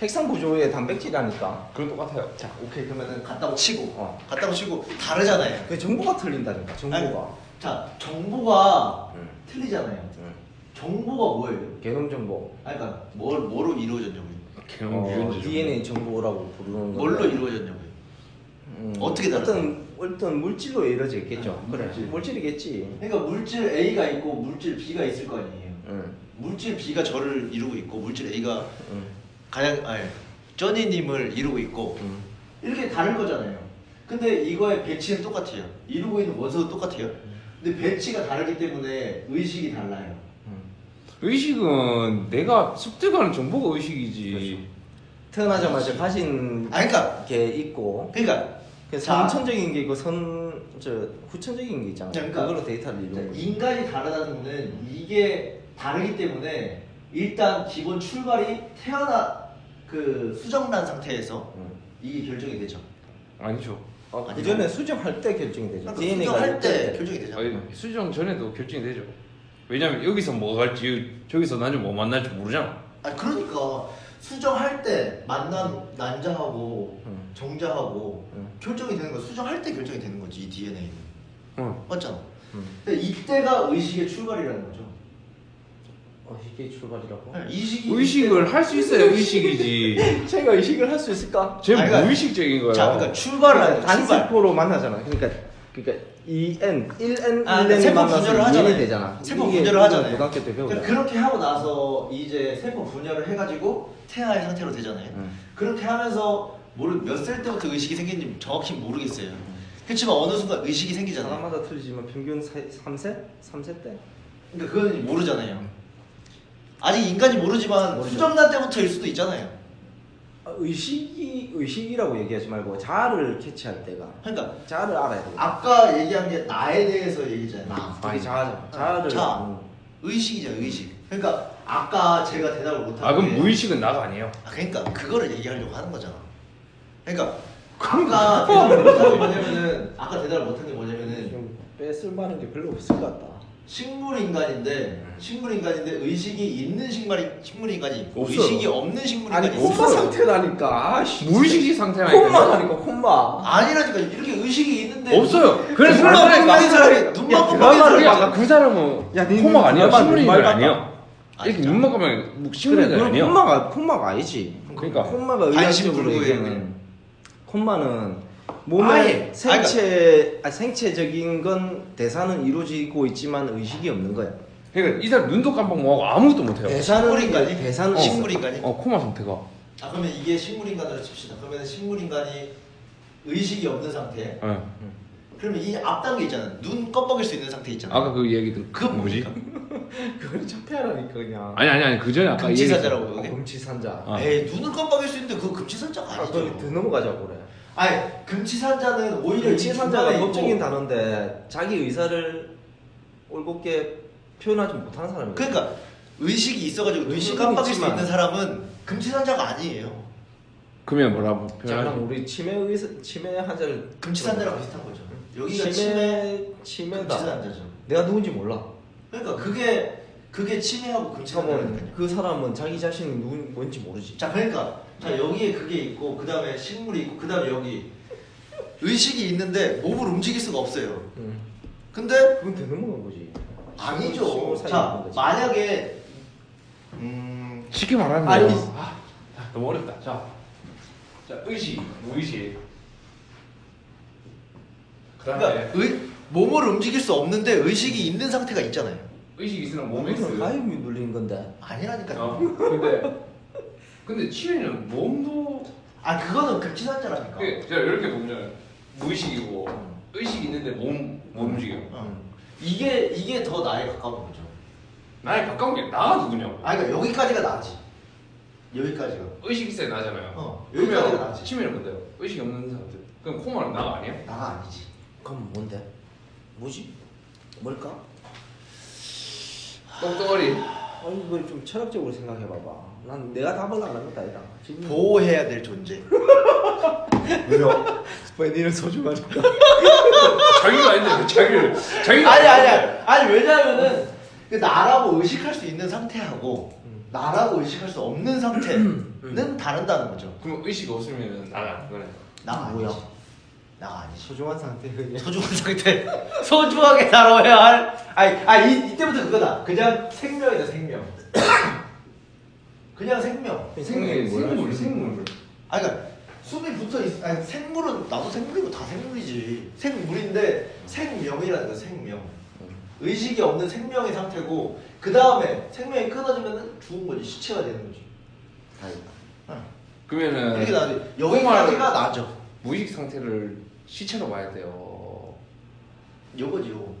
[SPEAKER 5] 핵산 구조의 단백질이라니까.
[SPEAKER 6] 그건 똑같아요.
[SPEAKER 5] 자 오케이 그러면은
[SPEAKER 4] 같다고 치고
[SPEAKER 5] 어.
[SPEAKER 4] 같다고 치고 다르잖아요.
[SPEAKER 5] 그 정보가 틀린다니까 정보가.
[SPEAKER 4] 아니, 자 정보가
[SPEAKER 5] 음.
[SPEAKER 4] 틀리잖아요.
[SPEAKER 5] 음.
[SPEAKER 4] 정보가 뭐예요?
[SPEAKER 5] 개놈 정보.
[SPEAKER 4] 아니, 그러니까 뭘 뭐로 이루어졌냐고요?
[SPEAKER 6] 개놈
[SPEAKER 5] 어,
[SPEAKER 6] 유전자 정보.
[SPEAKER 5] DNA 정보라고 부르는 거.
[SPEAKER 4] 뭘로 이루어졌냐고요? 어떻게 다르죠?
[SPEAKER 5] 어떤 어떤 물질로 이루어져 있겠죠.
[SPEAKER 4] 음,
[SPEAKER 5] 그래.
[SPEAKER 4] 물질.
[SPEAKER 5] 물질이겠지.
[SPEAKER 4] 그러니까 물질 A가 있고 물질 B가 있을 거 아니에요.
[SPEAKER 5] 응.
[SPEAKER 4] 물질 B가 저를 이루고 있고 물질 A가
[SPEAKER 5] 응.
[SPEAKER 4] 가장 아니 쩌니님을 이루고 있고
[SPEAKER 5] 응.
[SPEAKER 4] 이렇게 다른 거잖아요. 근데 이거의 배치는 똑같아요. 이루고 있는 원소도 똑같아요. 근데 배치가 다르기 때문에 의식이 달라요.
[SPEAKER 5] 응.
[SPEAKER 6] 의식은 내가 습득하는 정보가 의식이지.
[SPEAKER 5] 태어나자마자 가진
[SPEAKER 4] 아 그러니까
[SPEAKER 5] 게 있고
[SPEAKER 4] 그러니까
[SPEAKER 5] 그
[SPEAKER 4] 자,
[SPEAKER 5] 선천적인 게 있고 선저 후천적인 게 있잖아요.
[SPEAKER 4] 그러니까
[SPEAKER 5] 그걸로 데이터를
[SPEAKER 4] 자,
[SPEAKER 5] 이루는 거지.
[SPEAKER 4] 인간이 다르다는 거는 이게 다르기 때문에 일단 기본 출발이 태어나 그 수정란 상태에서
[SPEAKER 5] 응.
[SPEAKER 4] 이게 결정이 되죠.
[SPEAKER 6] 아니죠.
[SPEAKER 5] 어,
[SPEAKER 4] 아니,
[SPEAKER 5] 그 전에 수정할 때 결정이 되죠.
[SPEAKER 4] 그러니까 수정할 때 결정이 되잖아.
[SPEAKER 6] 아니, 수정 전에도 결정이 되죠. 왜냐면 여기서 뭐가 갈지 저기서 나중에 뭐 만날지 뭐 모르잖아.
[SPEAKER 4] 아 그러니까 수정할 때 만난 난자하고
[SPEAKER 5] 응.
[SPEAKER 4] 정자하고
[SPEAKER 5] 응.
[SPEAKER 4] 결정이 되는 거 수정할 때 결정이 되는 거지 이 DNA는
[SPEAKER 5] 응.
[SPEAKER 4] 맞잖아.
[SPEAKER 5] 응.
[SPEAKER 4] 근데 이때가 의식의 출발이라는 거죠.
[SPEAKER 5] 의식의 어, 출발이라고?
[SPEAKER 4] 이 시기
[SPEAKER 6] 의식을 할 수 있어야 의식이지.
[SPEAKER 5] 제가 의식을 할 수 있을까?
[SPEAKER 6] 쟤
[SPEAKER 4] 아니, 그러니까-
[SPEAKER 6] 무의식적인 거야.
[SPEAKER 4] 자, 그러니까 출발을 하는 거야, 출발.
[SPEAKER 5] 단세포로 만나잖아. 그러니까 그러니까 2N, 1N,
[SPEAKER 4] 아,
[SPEAKER 5] 1N 이
[SPEAKER 4] 세포
[SPEAKER 5] 만나서
[SPEAKER 4] 분열을
[SPEAKER 5] 음. 2N이
[SPEAKER 4] 하잖아요.
[SPEAKER 5] 되잖아.
[SPEAKER 4] 세포
[SPEAKER 5] 이게
[SPEAKER 4] 분열을 하잖아요.
[SPEAKER 5] 고등학교 때 배우잖아.
[SPEAKER 4] 그러니까 그렇게 하고 나서 이제 세포 분열을 해가지고 태아의 상태로 되잖아요.
[SPEAKER 5] 응.
[SPEAKER 4] 그렇게 하면서 모르 몇살 때부터 의식이 생긴지 정확히 모르겠어요.
[SPEAKER 5] 음.
[SPEAKER 4] 그렇지만 어느 순간 의식이 생기잖아요.
[SPEAKER 5] 사람마다 틀리지만 평균 3세? 3세 때?
[SPEAKER 4] 그러니까 그건 모르잖아요. 아직 인간이 모르지만
[SPEAKER 5] 모르죠.
[SPEAKER 4] 수정란 때부터일 수도 있잖아요.
[SPEAKER 5] 아, 의식이 의식이라고 얘기하지 말고 자아를 캐치할 때가
[SPEAKER 4] 그러니까
[SPEAKER 5] 자아를 알아야 돼.
[SPEAKER 4] 아까 얘기한 게 나에 대해서 얘기잖아요.
[SPEAKER 5] 나 그게 자아잖아. 자아를
[SPEAKER 4] 자아.
[SPEAKER 5] 음.
[SPEAKER 4] 의식이죠, 의식. 그러니까 아까 제가 대답을 못한
[SPEAKER 6] 아 그럼
[SPEAKER 4] 게-
[SPEAKER 6] 무의식은 나가 아니에요.
[SPEAKER 4] 아, 그러니까 그거를 얘기하려고 하는 거잖아. 그러니까 아까 대답을 못한 게 뭐냐면은 아까 대답을 못한 게 뭐냐면은
[SPEAKER 5] 좀 뺏을 만한 게 별로 없을 것 같다.
[SPEAKER 4] 식물 인간인데 식물 인간인데 의식이 있는 식물 식물 인간이 있고
[SPEAKER 6] 없어요.
[SPEAKER 4] 의식이 없는 식물
[SPEAKER 5] 아니
[SPEAKER 4] 인간이
[SPEAKER 5] 콤마
[SPEAKER 4] 있어.
[SPEAKER 5] 상태라니까. 아씨.
[SPEAKER 6] 무의식이 상태라니까.
[SPEAKER 5] 콤마라니까 콤마.
[SPEAKER 4] 아니라니까 이렇게 의식이 있는데
[SPEAKER 6] 없어요. 그래서
[SPEAKER 4] 눈만
[SPEAKER 6] 그러니까.
[SPEAKER 4] 깜빡인 사람이
[SPEAKER 5] 야,
[SPEAKER 4] 눈만 깜빡인
[SPEAKER 5] 드라마를
[SPEAKER 4] 사람이
[SPEAKER 5] 봐.
[SPEAKER 4] 아니야.
[SPEAKER 6] 아까 그 사람은
[SPEAKER 5] 야, 네
[SPEAKER 6] 콤마 아니야.
[SPEAKER 5] 눈만
[SPEAKER 6] 식물인 말
[SPEAKER 5] 눈만 깜빡.
[SPEAKER 6] 아니야.
[SPEAKER 4] 아,
[SPEAKER 6] 이렇게
[SPEAKER 4] 진짜?
[SPEAKER 6] 눈만 가면 식물인
[SPEAKER 5] 그래,
[SPEAKER 6] 거 아니야.
[SPEAKER 5] 콤마가 콤마가 아니지.
[SPEAKER 6] 그러니까.
[SPEAKER 5] 콤마가
[SPEAKER 4] 관심
[SPEAKER 5] 의학적으로
[SPEAKER 4] 불구에
[SPEAKER 5] 얘기하면
[SPEAKER 4] 그냥.
[SPEAKER 5] 콤마는 몸의
[SPEAKER 4] 아예.
[SPEAKER 5] 생체 아, 생체적인 건 대사는 이루어지고 있지만 의식이 없는 거야.
[SPEAKER 6] 그러니까 이 사람 눈도 깜빡 못 하고 아무것도 못 해요.
[SPEAKER 5] 대사는
[SPEAKER 4] 식물 인간이
[SPEAKER 5] 대사는
[SPEAKER 4] 그 식물
[SPEAKER 5] 그러니까 없어.
[SPEAKER 4] 인간이.
[SPEAKER 6] 어 콤마 상태가.
[SPEAKER 4] 아 그러면 이게 식물 인간으로 칩시다. 그러면 식물 인간이 의식이 없는 상태.
[SPEAKER 6] 예.
[SPEAKER 4] 그러면 이 앞 단계 있잖아. 눈 깜빡일 수 있는 상태 있잖아.
[SPEAKER 6] 아까 그 얘기든
[SPEAKER 4] 그거 뭡니까?
[SPEAKER 5] 그걸 참패하라니까 그냥.
[SPEAKER 6] 아니 아니 아니 그 전에 아까 얘기.
[SPEAKER 4] 금지사자라고 그게.
[SPEAKER 5] 금치산자.
[SPEAKER 6] 아.
[SPEAKER 4] 에이 네, 눈은 깜빡일 수 있는데 그거 금치산자가
[SPEAKER 5] 아,
[SPEAKER 4] 아니죠.
[SPEAKER 5] 그더 넘어가자고 그래.
[SPEAKER 4] 아니 금치산자는 오히려 이
[SPEAKER 5] 금치산자가
[SPEAKER 4] 중간에
[SPEAKER 5] 그 법적인
[SPEAKER 4] 있고
[SPEAKER 5] 단어인데 자기 의사를 올곧게 표현하지 못하는 사람이야.
[SPEAKER 4] 그러니까 의식이 있어가지고 눈이
[SPEAKER 5] 의식은
[SPEAKER 4] 깜빡일 수
[SPEAKER 5] 있지만.
[SPEAKER 4] 있는 사람은 금치산자가 아니에요.
[SPEAKER 6] 그러면 뭐라고
[SPEAKER 5] 그냥
[SPEAKER 6] 표현하지?
[SPEAKER 5] 우리 치매 의사 치매 환자를
[SPEAKER 4] 금치산자랑 비슷한 거죠. 여기가 치매,
[SPEAKER 5] 그렇죠.
[SPEAKER 4] 그
[SPEAKER 5] 치매 치매다.
[SPEAKER 4] 금치산자죠.
[SPEAKER 5] 내가 누군지 몰라.
[SPEAKER 4] 그러니까 그게 그게 치매하고 금치산자거든요.
[SPEAKER 5] 그러면 그 사람은 자기 자신이 누군 뭔지 모르지.
[SPEAKER 4] 자 그러니까 자 여기에 그게 있고 그 다음에 식물이 있고 그 다음에 여기 의식이 있는데 몸을 움직일 수가 없어요.
[SPEAKER 5] 응.
[SPEAKER 4] 근데
[SPEAKER 5] 그건 되는 건 거지.
[SPEAKER 4] 아니죠.
[SPEAKER 5] 식물 사이에 있는
[SPEAKER 4] 자
[SPEAKER 5] 거지.
[SPEAKER 4] 만약에 음
[SPEAKER 6] 쉽게 말하면
[SPEAKER 5] 아니.
[SPEAKER 6] 돼요. 아, 야, 너무 어렵다. 자, 자 의식, 뭐 무의식.
[SPEAKER 4] 그러니까
[SPEAKER 6] 그다음에
[SPEAKER 4] 의, 몸을 움직일 수 없는데 의식이 있는 상태가 있잖아요.
[SPEAKER 6] 의식 있으면 몸에
[SPEAKER 5] 몸에서
[SPEAKER 6] 있어요.
[SPEAKER 5] 가염이 눌리는 건데.
[SPEAKER 4] 아니라니까요.
[SPEAKER 6] 어, 근데 근데 치매는 몸도
[SPEAKER 4] 아 그거는 급치산자라니까.
[SPEAKER 6] 그게 제가 이렇게 보면 무의식이고 의식 있는데 몸 못 움직여.
[SPEAKER 4] 어. 이게 이게 더 나에 가까운 거죠.
[SPEAKER 6] 나에 가까운 게 나가 누구냐고.
[SPEAKER 4] 아 그러니까 여기까지가 나지. 여기까지가.
[SPEAKER 6] 의식 있어야 나잖아요.
[SPEAKER 4] 어, 여기까지가
[SPEAKER 6] 그러면
[SPEAKER 4] 나지.
[SPEAKER 6] 치매는 뭔데요? 의식이 없는 사람들. 그럼 코마는 나가 아니야?
[SPEAKER 4] 나가 아니지.
[SPEAKER 5] 그럼 뭔데? 뭐지? 뭘까?
[SPEAKER 6] 똑똑거리.
[SPEAKER 5] 아니 이걸 좀 철학적으로 생각해 봐봐. 난 내가 답을 안 하는 것도 아니다. 지금
[SPEAKER 4] 보호해야 될 존재.
[SPEAKER 5] 왜요? 왜 니는 소중하니까.
[SPEAKER 6] 자기가 아닌데 왜 자기를 자기가
[SPEAKER 4] 아니 아니 아니. 아니 왜냐면은 그 나라고 의식할 수 있는 상태하고
[SPEAKER 5] 음.
[SPEAKER 4] 나라고 의식할 수 없는 상태는 다른다는 거죠.
[SPEAKER 6] 그럼 의식 없으면 나가 그래.
[SPEAKER 4] 나가
[SPEAKER 5] 뭐야?
[SPEAKER 4] 아니지. 나가 아니지.
[SPEAKER 5] 소중한 상태 그냥.
[SPEAKER 4] 소중한 상태. 소중하게 다뤄야 할. 아니 아이 이때부터 그거다. 그냥 생명이다 생명. 그냥 생명.
[SPEAKER 5] 생명이 뭐야?
[SPEAKER 6] 생물 생물.
[SPEAKER 4] 아 그러니까 숨이 붙어 있. 아니 생물은 나도 생물이고 다 생물이지. 생물인데 생명이라는 거 생명. 의식이 없는 생명의 상태고 그 다음에 생명이 끊어지면 죽은 거지 시체가 되는 거지.
[SPEAKER 5] 다이다.
[SPEAKER 6] 그러면은
[SPEAKER 4] 이렇게 나지.
[SPEAKER 6] 코마를
[SPEAKER 4] 여기까지가 나죠.
[SPEAKER 6] 무의식 상태를 시체로 봐야 돼요.
[SPEAKER 4] 요거지 요거.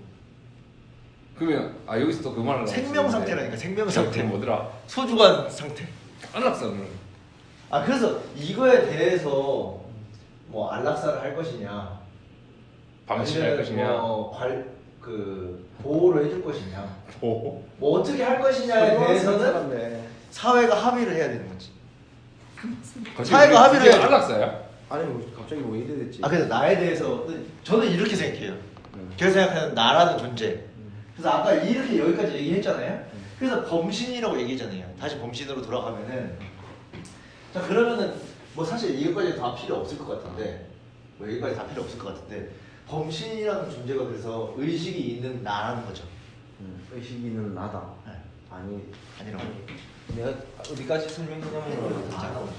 [SPEAKER 6] 그러면 아 여기서 또 그 말을 나왔었는데.
[SPEAKER 4] 생명 상태라니까 생명 상태.
[SPEAKER 6] 그 뭐더라?
[SPEAKER 4] 소중한 상태.
[SPEAKER 6] 안락사는
[SPEAKER 4] 아 그래서 이거에 대해서 뭐 안락사를 할 것이냐
[SPEAKER 6] 방치를 할 것이냐.
[SPEAKER 4] 뭐 뭐그 보호를 해줄 것이냐
[SPEAKER 6] 보.
[SPEAKER 4] 뭐 어떻게 할 것이냐에 대해서는
[SPEAKER 5] 사람네.
[SPEAKER 4] 사회가 합의를 해야 되는 거지
[SPEAKER 6] 갑자기
[SPEAKER 4] 사회가
[SPEAKER 6] 그게
[SPEAKER 4] 합의를 어. 해요.
[SPEAKER 6] 안락사야?
[SPEAKER 5] 아니 뭐 갑자기 왜 이래 됐지? 음.
[SPEAKER 4] 아 그래서 나에 대해서는 저는 이렇게 생각해요 제가 생각하는 나라는 존재 그래서 아까 이렇게
[SPEAKER 5] 음.
[SPEAKER 4] 여기까지 얘기했잖아요 그래서 범신이라고 얘기했잖아요 다시 범신으로 돌아가면은 자 그러면은 뭐 사실 이것까지 다 필요 없을 것 같은데 뭐 여기까지 다 필요 없을 것 같은데 범신이라는 존재가 그래서 의식이 있는 나라는 거죠.
[SPEAKER 5] 음, 의식이는 나다.
[SPEAKER 4] 네.
[SPEAKER 5] 음. 아니
[SPEAKER 4] 아니라고. 네, 그렇죠.
[SPEAKER 5] 내가 어디까지 설명했냐면
[SPEAKER 4] 다 나오죠.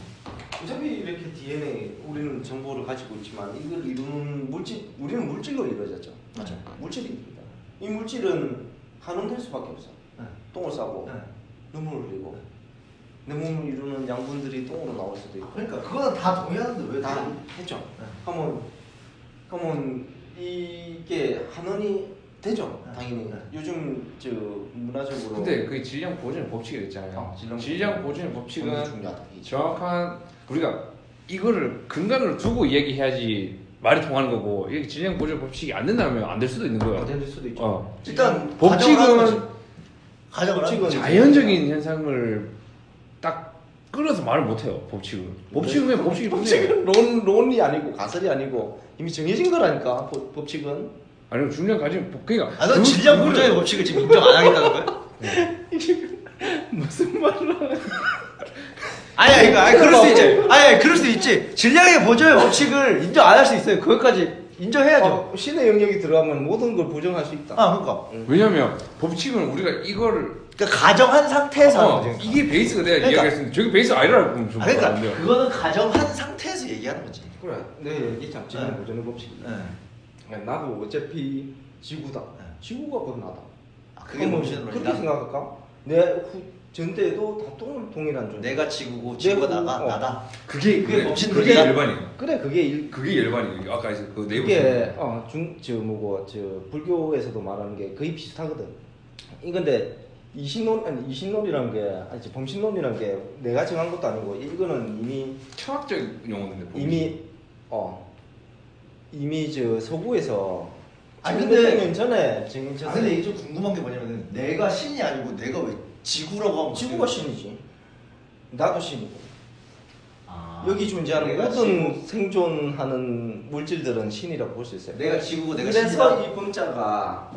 [SPEAKER 5] 어차피 이렇게 DNA 우리는 정보를 가지고 있지만 이걸 이루는 물질 우리는 물질로 이루어졌죠.
[SPEAKER 4] 맞아.
[SPEAKER 5] 물질입니다. 이 물질은 한원될 수밖에 없어.
[SPEAKER 4] 네.
[SPEAKER 5] 똥을 싸고
[SPEAKER 4] 네.
[SPEAKER 5] 눈물을 흘리고 내 몸을 이루는 양분들이 똥으로 나올 수도 있고
[SPEAKER 4] 그러니까 그거는 다 동의하는데 왜
[SPEAKER 5] 다
[SPEAKER 4] 다?
[SPEAKER 5] 했죠.
[SPEAKER 4] 네.
[SPEAKER 5] 그러면 그러면 이게 한원이 되죠.
[SPEAKER 4] 네.
[SPEAKER 5] 당연히
[SPEAKER 4] 네.
[SPEAKER 5] 요즘 저 문화적으로
[SPEAKER 4] 어,
[SPEAKER 6] 근데 그게 질량 보존의 법칙이 있잖아요.
[SPEAKER 5] 어, 질량
[SPEAKER 6] 질량
[SPEAKER 5] 보존의
[SPEAKER 6] 보존의
[SPEAKER 4] 어,
[SPEAKER 5] 법칙은
[SPEAKER 6] 법칙은
[SPEAKER 5] 중요하다, 이게.
[SPEAKER 6] 정확한 우리가 이거를 근간으로 두고 이야기해야지 말이 통하는 거고 이게 질량 보존 법칙이 안 된다면 안 될 수도 있는 거예요.
[SPEAKER 5] 될 수도 있죠.
[SPEAKER 6] 어.
[SPEAKER 4] 일단 가정을 하는 거지.
[SPEAKER 6] 법칙은
[SPEAKER 4] 가정을 하는 거지.
[SPEAKER 6] 자연적인 현상을 딱 끌어서 말을 못 해요. 법칙은. 법칙은 그냥 법칙이
[SPEAKER 5] 법칙은 론, 론이 아니고 가설이 아니고 이미 정해진 거라니까 법, 법칙은
[SPEAKER 6] 아니면 중량 가진 법- 그러니까
[SPEAKER 4] 아너
[SPEAKER 6] 그-
[SPEAKER 4] 질량
[SPEAKER 6] 그거를-
[SPEAKER 4] 보존의 법칙을 지금 인정 안 하겠다는 거야?
[SPEAKER 6] 무슨 말을 하는
[SPEAKER 4] 아니야 이거 아니 그럴 수 있지. 아니 그럴 수 있지. 질량의 보존의 법칙을 인정 안 할 수 있어요. 그것까지 인정해야죠.
[SPEAKER 5] 어, 신의 영역이 들어가면 모든 걸 보정할 수 있다
[SPEAKER 4] 아 그러니까.
[SPEAKER 6] 음, 왜냐면 법칙은 우리가 이거를
[SPEAKER 4] 그러니까 가정한 상태에서 하는
[SPEAKER 6] 어,
[SPEAKER 4] 거지. 그러니까.
[SPEAKER 6] 이게 베이스가 돼야
[SPEAKER 4] 그러니까.
[SPEAKER 6] 이야기할 수 있는데 저게 베이스 아니라고 보면 좀
[SPEAKER 4] 아,
[SPEAKER 6] 안 돼요.
[SPEAKER 4] 그러니까 그거는 가정한 상태에서 얘기하는 거지.
[SPEAKER 5] 그래 네 얘기했잖아 지금
[SPEAKER 4] 네.
[SPEAKER 5] 보존의 법칙
[SPEAKER 4] 예.
[SPEAKER 5] 야, 나도 어차피 지구다
[SPEAKER 4] 네.
[SPEAKER 5] 지구가 그건 나다
[SPEAKER 4] 아, 그게
[SPEAKER 5] 그럼
[SPEAKER 4] 범신으로
[SPEAKER 5] 그렇게
[SPEAKER 4] 인한.
[SPEAKER 5] 생각할까? 내 후, 전대도 다 똥을 동일한 존재
[SPEAKER 4] 내가 지구고 지구가
[SPEAKER 5] 내가
[SPEAKER 4] 나가
[SPEAKER 5] 어.
[SPEAKER 4] 나다.
[SPEAKER 6] 그게
[SPEAKER 4] 그게 어,
[SPEAKER 6] 그게
[SPEAKER 4] 법칙
[SPEAKER 6] 그게
[SPEAKER 4] 논리다.
[SPEAKER 6] 열반이에요.
[SPEAKER 5] 그래 그게 일,
[SPEAKER 6] 그게 열반이에요. 아까 이제 그 네이버
[SPEAKER 5] 그게 어중저 뭐고 저 불교에서도 말하는 게 거의 비슷하거든. 이건데 이신론 아니 이신론이란 게 아니 저 범신론이란 게 내가 정한 것도 아니고 이거는 이미
[SPEAKER 6] 철학적 용어인데 보면.
[SPEAKER 5] 이미 어 이미 저 서구에서
[SPEAKER 4] 아,
[SPEAKER 5] 천몇
[SPEAKER 4] 근데-
[SPEAKER 5] 백년 전에 정인
[SPEAKER 4] 아, 근데 이게 좀 궁금한 게 뭐냐면은 내가 신이 아니고 내가 왜 지구라고 하면
[SPEAKER 5] 지구가 신이지. 나도 신이고
[SPEAKER 4] 아,
[SPEAKER 5] 여기 존재하는
[SPEAKER 4] 내가
[SPEAKER 5] 모든 생존하는 물질들은 신이라고 볼 수 있어요.
[SPEAKER 4] 지구, 내가 지구고 내가
[SPEAKER 5] 그래서 아.
[SPEAKER 4] 신이다.
[SPEAKER 5] 이 범자가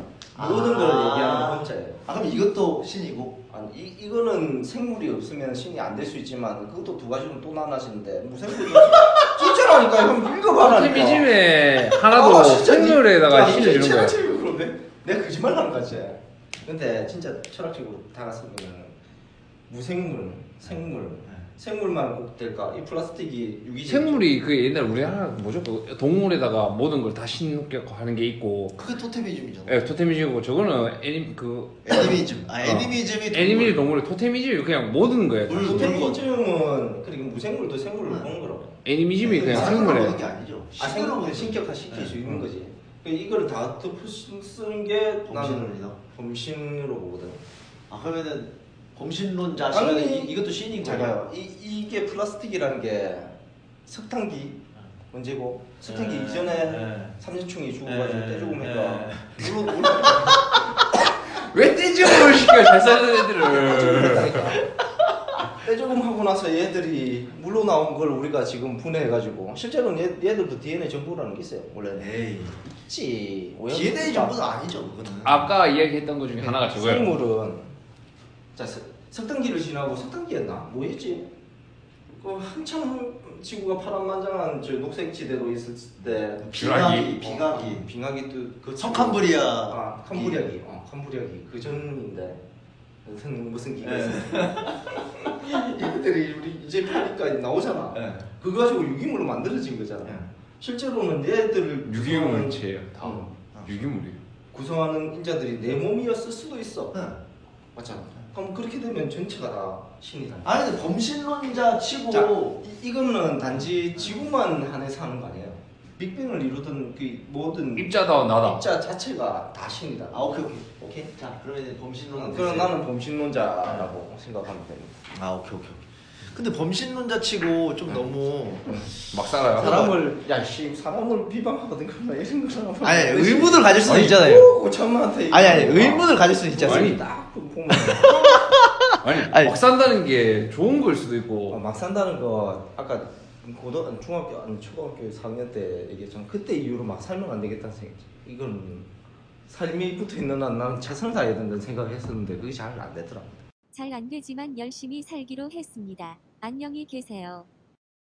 [SPEAKER 5] 모든 걸 얘기하는 범자예요.
[SPEAKER 4] 아 그럼 이것도 신이고.
[SPEAKER 5] 아니 이, 이거는 생물이 없으면 신이 안 될 수 있지만 그것도 두 가지로 또 나눠지는데 무생물이 진짜라니까 형 읽어봐라니까
[SPEAKER 6] 팀이즘에 아, 하나도
[SPEAKER 5] 그러니까. 아, 진짜 니-
[SPEAKER 6] 생물에다가
[SPEAKER 5] 야,
[SPEAKER 6] 신을 주는 거야.
[SPEAKER 5] 철학적이고 그런데 내가 거짓말 하는 거지 근데 진짜 철학적으로 다가서면 무생물 생물 생물만 꼭 될까 이 플라스틱이 유기질
[SPEAKER 6] 네. 생물이 그 옛날 우리 하나 뭐죠? 그 동물에다가 모든 걸 다 신격화 하는 게 있고.
[SPEAKER 4] 그게 토테미즘이잖아.
[SPEAKER 6] 예, 토테미즘이고 저거는 애니 그
[SPEAKER 4] 애니미즘. 아
[SPEAKER 6] 어.
[SPEAKER 4] 애니미즘이
[SPEAKER 6] 애니밀 동물의 토테미즘 그냥 모든 거예요. 다.
[SPEAKER 4] 물-
[SPEAKER 5] 토테미즘은 그리고 무생물도 생물을 보는 거라고
[SPEAKER 6] 애니미즘이 그냥
[SPEAKER 4] 생물에
[SPEAKER 6] 생물에
[SPEAKER 4] 게 아니죠.
[SPEAKER 5] 아,
[SPEAKER 4] 신으로
[SPEAKER 5] 생각을
[SPEAKER 4] 보는
[SPEAKER 5] 신격화 시킬 수
[SPEAKER 4] 네.
[SPEAKER 5] 있는 거지. 그러니까 이거를 다 덮어 쓰- 쓰는 게
[SPEAKER 4] 범신론이다.
[SPEAKER 5] 나는 범신으로 보거든.
[SPEAKER 4] 아 그러면은 범신론자
[SPEAKER 5] 당연히
[SPEAKER 4] 신은 이- 이것도 신인 거예요.
[SPEAKER 5] 잠깐요. 이 이게 플라스틱이라는 게 석탄기 언제고 석탄기
[SPEAKER 4] 네.
[SPEAKER 5] 이전에
[SPEAKER 4] 네.
[SPEAKER 5] 삼진충이 죽어가지고
[SPEAKER 4] 네.
[SPEAKER 5] 떼주고
[SPEAKER 4] 네.
[SPEAKER 5] 하니까 물론 물론
[SPEAKER 6] 왜 떼지어를 시켜 잘 사는
[SPEAKER 5] 아,
[SPEAKER 6] 애들을.
[SPEAKER 5] 그러니까. 떼조금 하고 나서 얘들이 물로 나온 걸 우리가 지금 분해해가지고 실제로는 얘, 얘들도 DNA 정보라는 게 있어요 원래는
[SPEAKER 4] 에이.
[SPEAKER 5] 있지
[SPEAKER 4] DNA 정보는 아니죠 그거는.
[SPEAKER 6] 아까 이야기했던 것 중에 하나가 저거예요.
[SPEAKER 5] 생물은 자 석- 석탄기를 지나고 석탄기였나 뭐였지? 그 한참 지구가 파란만장한 저 녹색 지대로 있을 때
[SPEAKER 6] 뷰라기.
[SPEAKER 4] 비각이 비각이.
[SPEAKER 5] 어, 빙하기 또그
[SPEAKER 4] 성캄브리아.
[SPEAKER 5] 아 캄브리아기 어 캄브리아기 그 전인데 무슨 무슨 기가
[SPEAKER 4] 예.
[SPEAKER 5] 있어? 이들이 우리 이제 보니까 나오잖아.
[SPEAKER 4] 예.
[SPEAKER 5] 그거 가지고 유기물로 만들어진 거잖아.
[SPEAKER 4] 예.
[SPEAKER 5] 실제로는 얘들을
[SPEAKER 6] 유기물
[SPEAKER 5] 구성하는-
[SPEAKER 6] 체예요. 다
[SPEAKER 5] 음,
[SPEAKER 6] 유기물이에요.
[SPEAKER 5] 구성하는 인자들이 내 몸이었을 수도 있어.
[SPEAKER 4] 네.
[SPEAKER 5] 맞잖아. 그럼 그렇게 되면 전체가 다 신이다.
[SPEAKER 4] 아니 근데 범신론자 치고
[SPEAKER 5] 자, 이, 이거는 단지 지구만 한해서 하는 거 아니에요. 빅뱅을 이루던 그 모든
[SPEAKER 6] 입자다 나다.
[SPEAKER 5] 입자 자체가 다 신이다.
[SPEAKER 4] 아 오케이 오케이
[SPEAKER 5] 오케이.
[SPEAKER 4] 자 아, 그러면 이제 범신론
[SPEAKER 5] 그럼 나는 범신론자라고 생각하면 됩니다.
[SPEAKER 4] 아 오케이 오케이 오케이. 근데 범신론자 치고 좀 너무
[SPEAKER 6] 막 살아요.
[SPEAKER 5] 사람을 야씨 사람을 비방하거든가 이런 거랑
[SPEAKER 4] 아니 의문을 가질 수는 있잖아요
[SPEAKER 5] 오, 천만한테
[SPEAKER 4] 아니 아니 의문을 가질 수는 있지
[SPEAKER 5] 아니
[SPEAKER 4] 않습니까
[SPEAKER 5] 딱 보면
[SPEAKER 6] 아니,
[SPEAKER 4] 아니.
[SPEAKER 6] 막 산다는 게 좋은 걸 수도
[SPEAKER 5] 어,
[SPEAKER 6] 있고
[SPEAKER 5] 막 산다는 거 아까 고등 아니, 중학교 아니 초등학교 4학년 때 얘기했잖아 그때 이후로 막 살면 안 되겠다는 생각이 이건 삶이 붙어 있는 한 나는 최선을 다해야 된다는 생각을 했었는데 그게 잘 안 되더라고.
[SPEAKER 2] 잘 안 되지만 열심히 살기로 했습니다. 안녕히 계세요.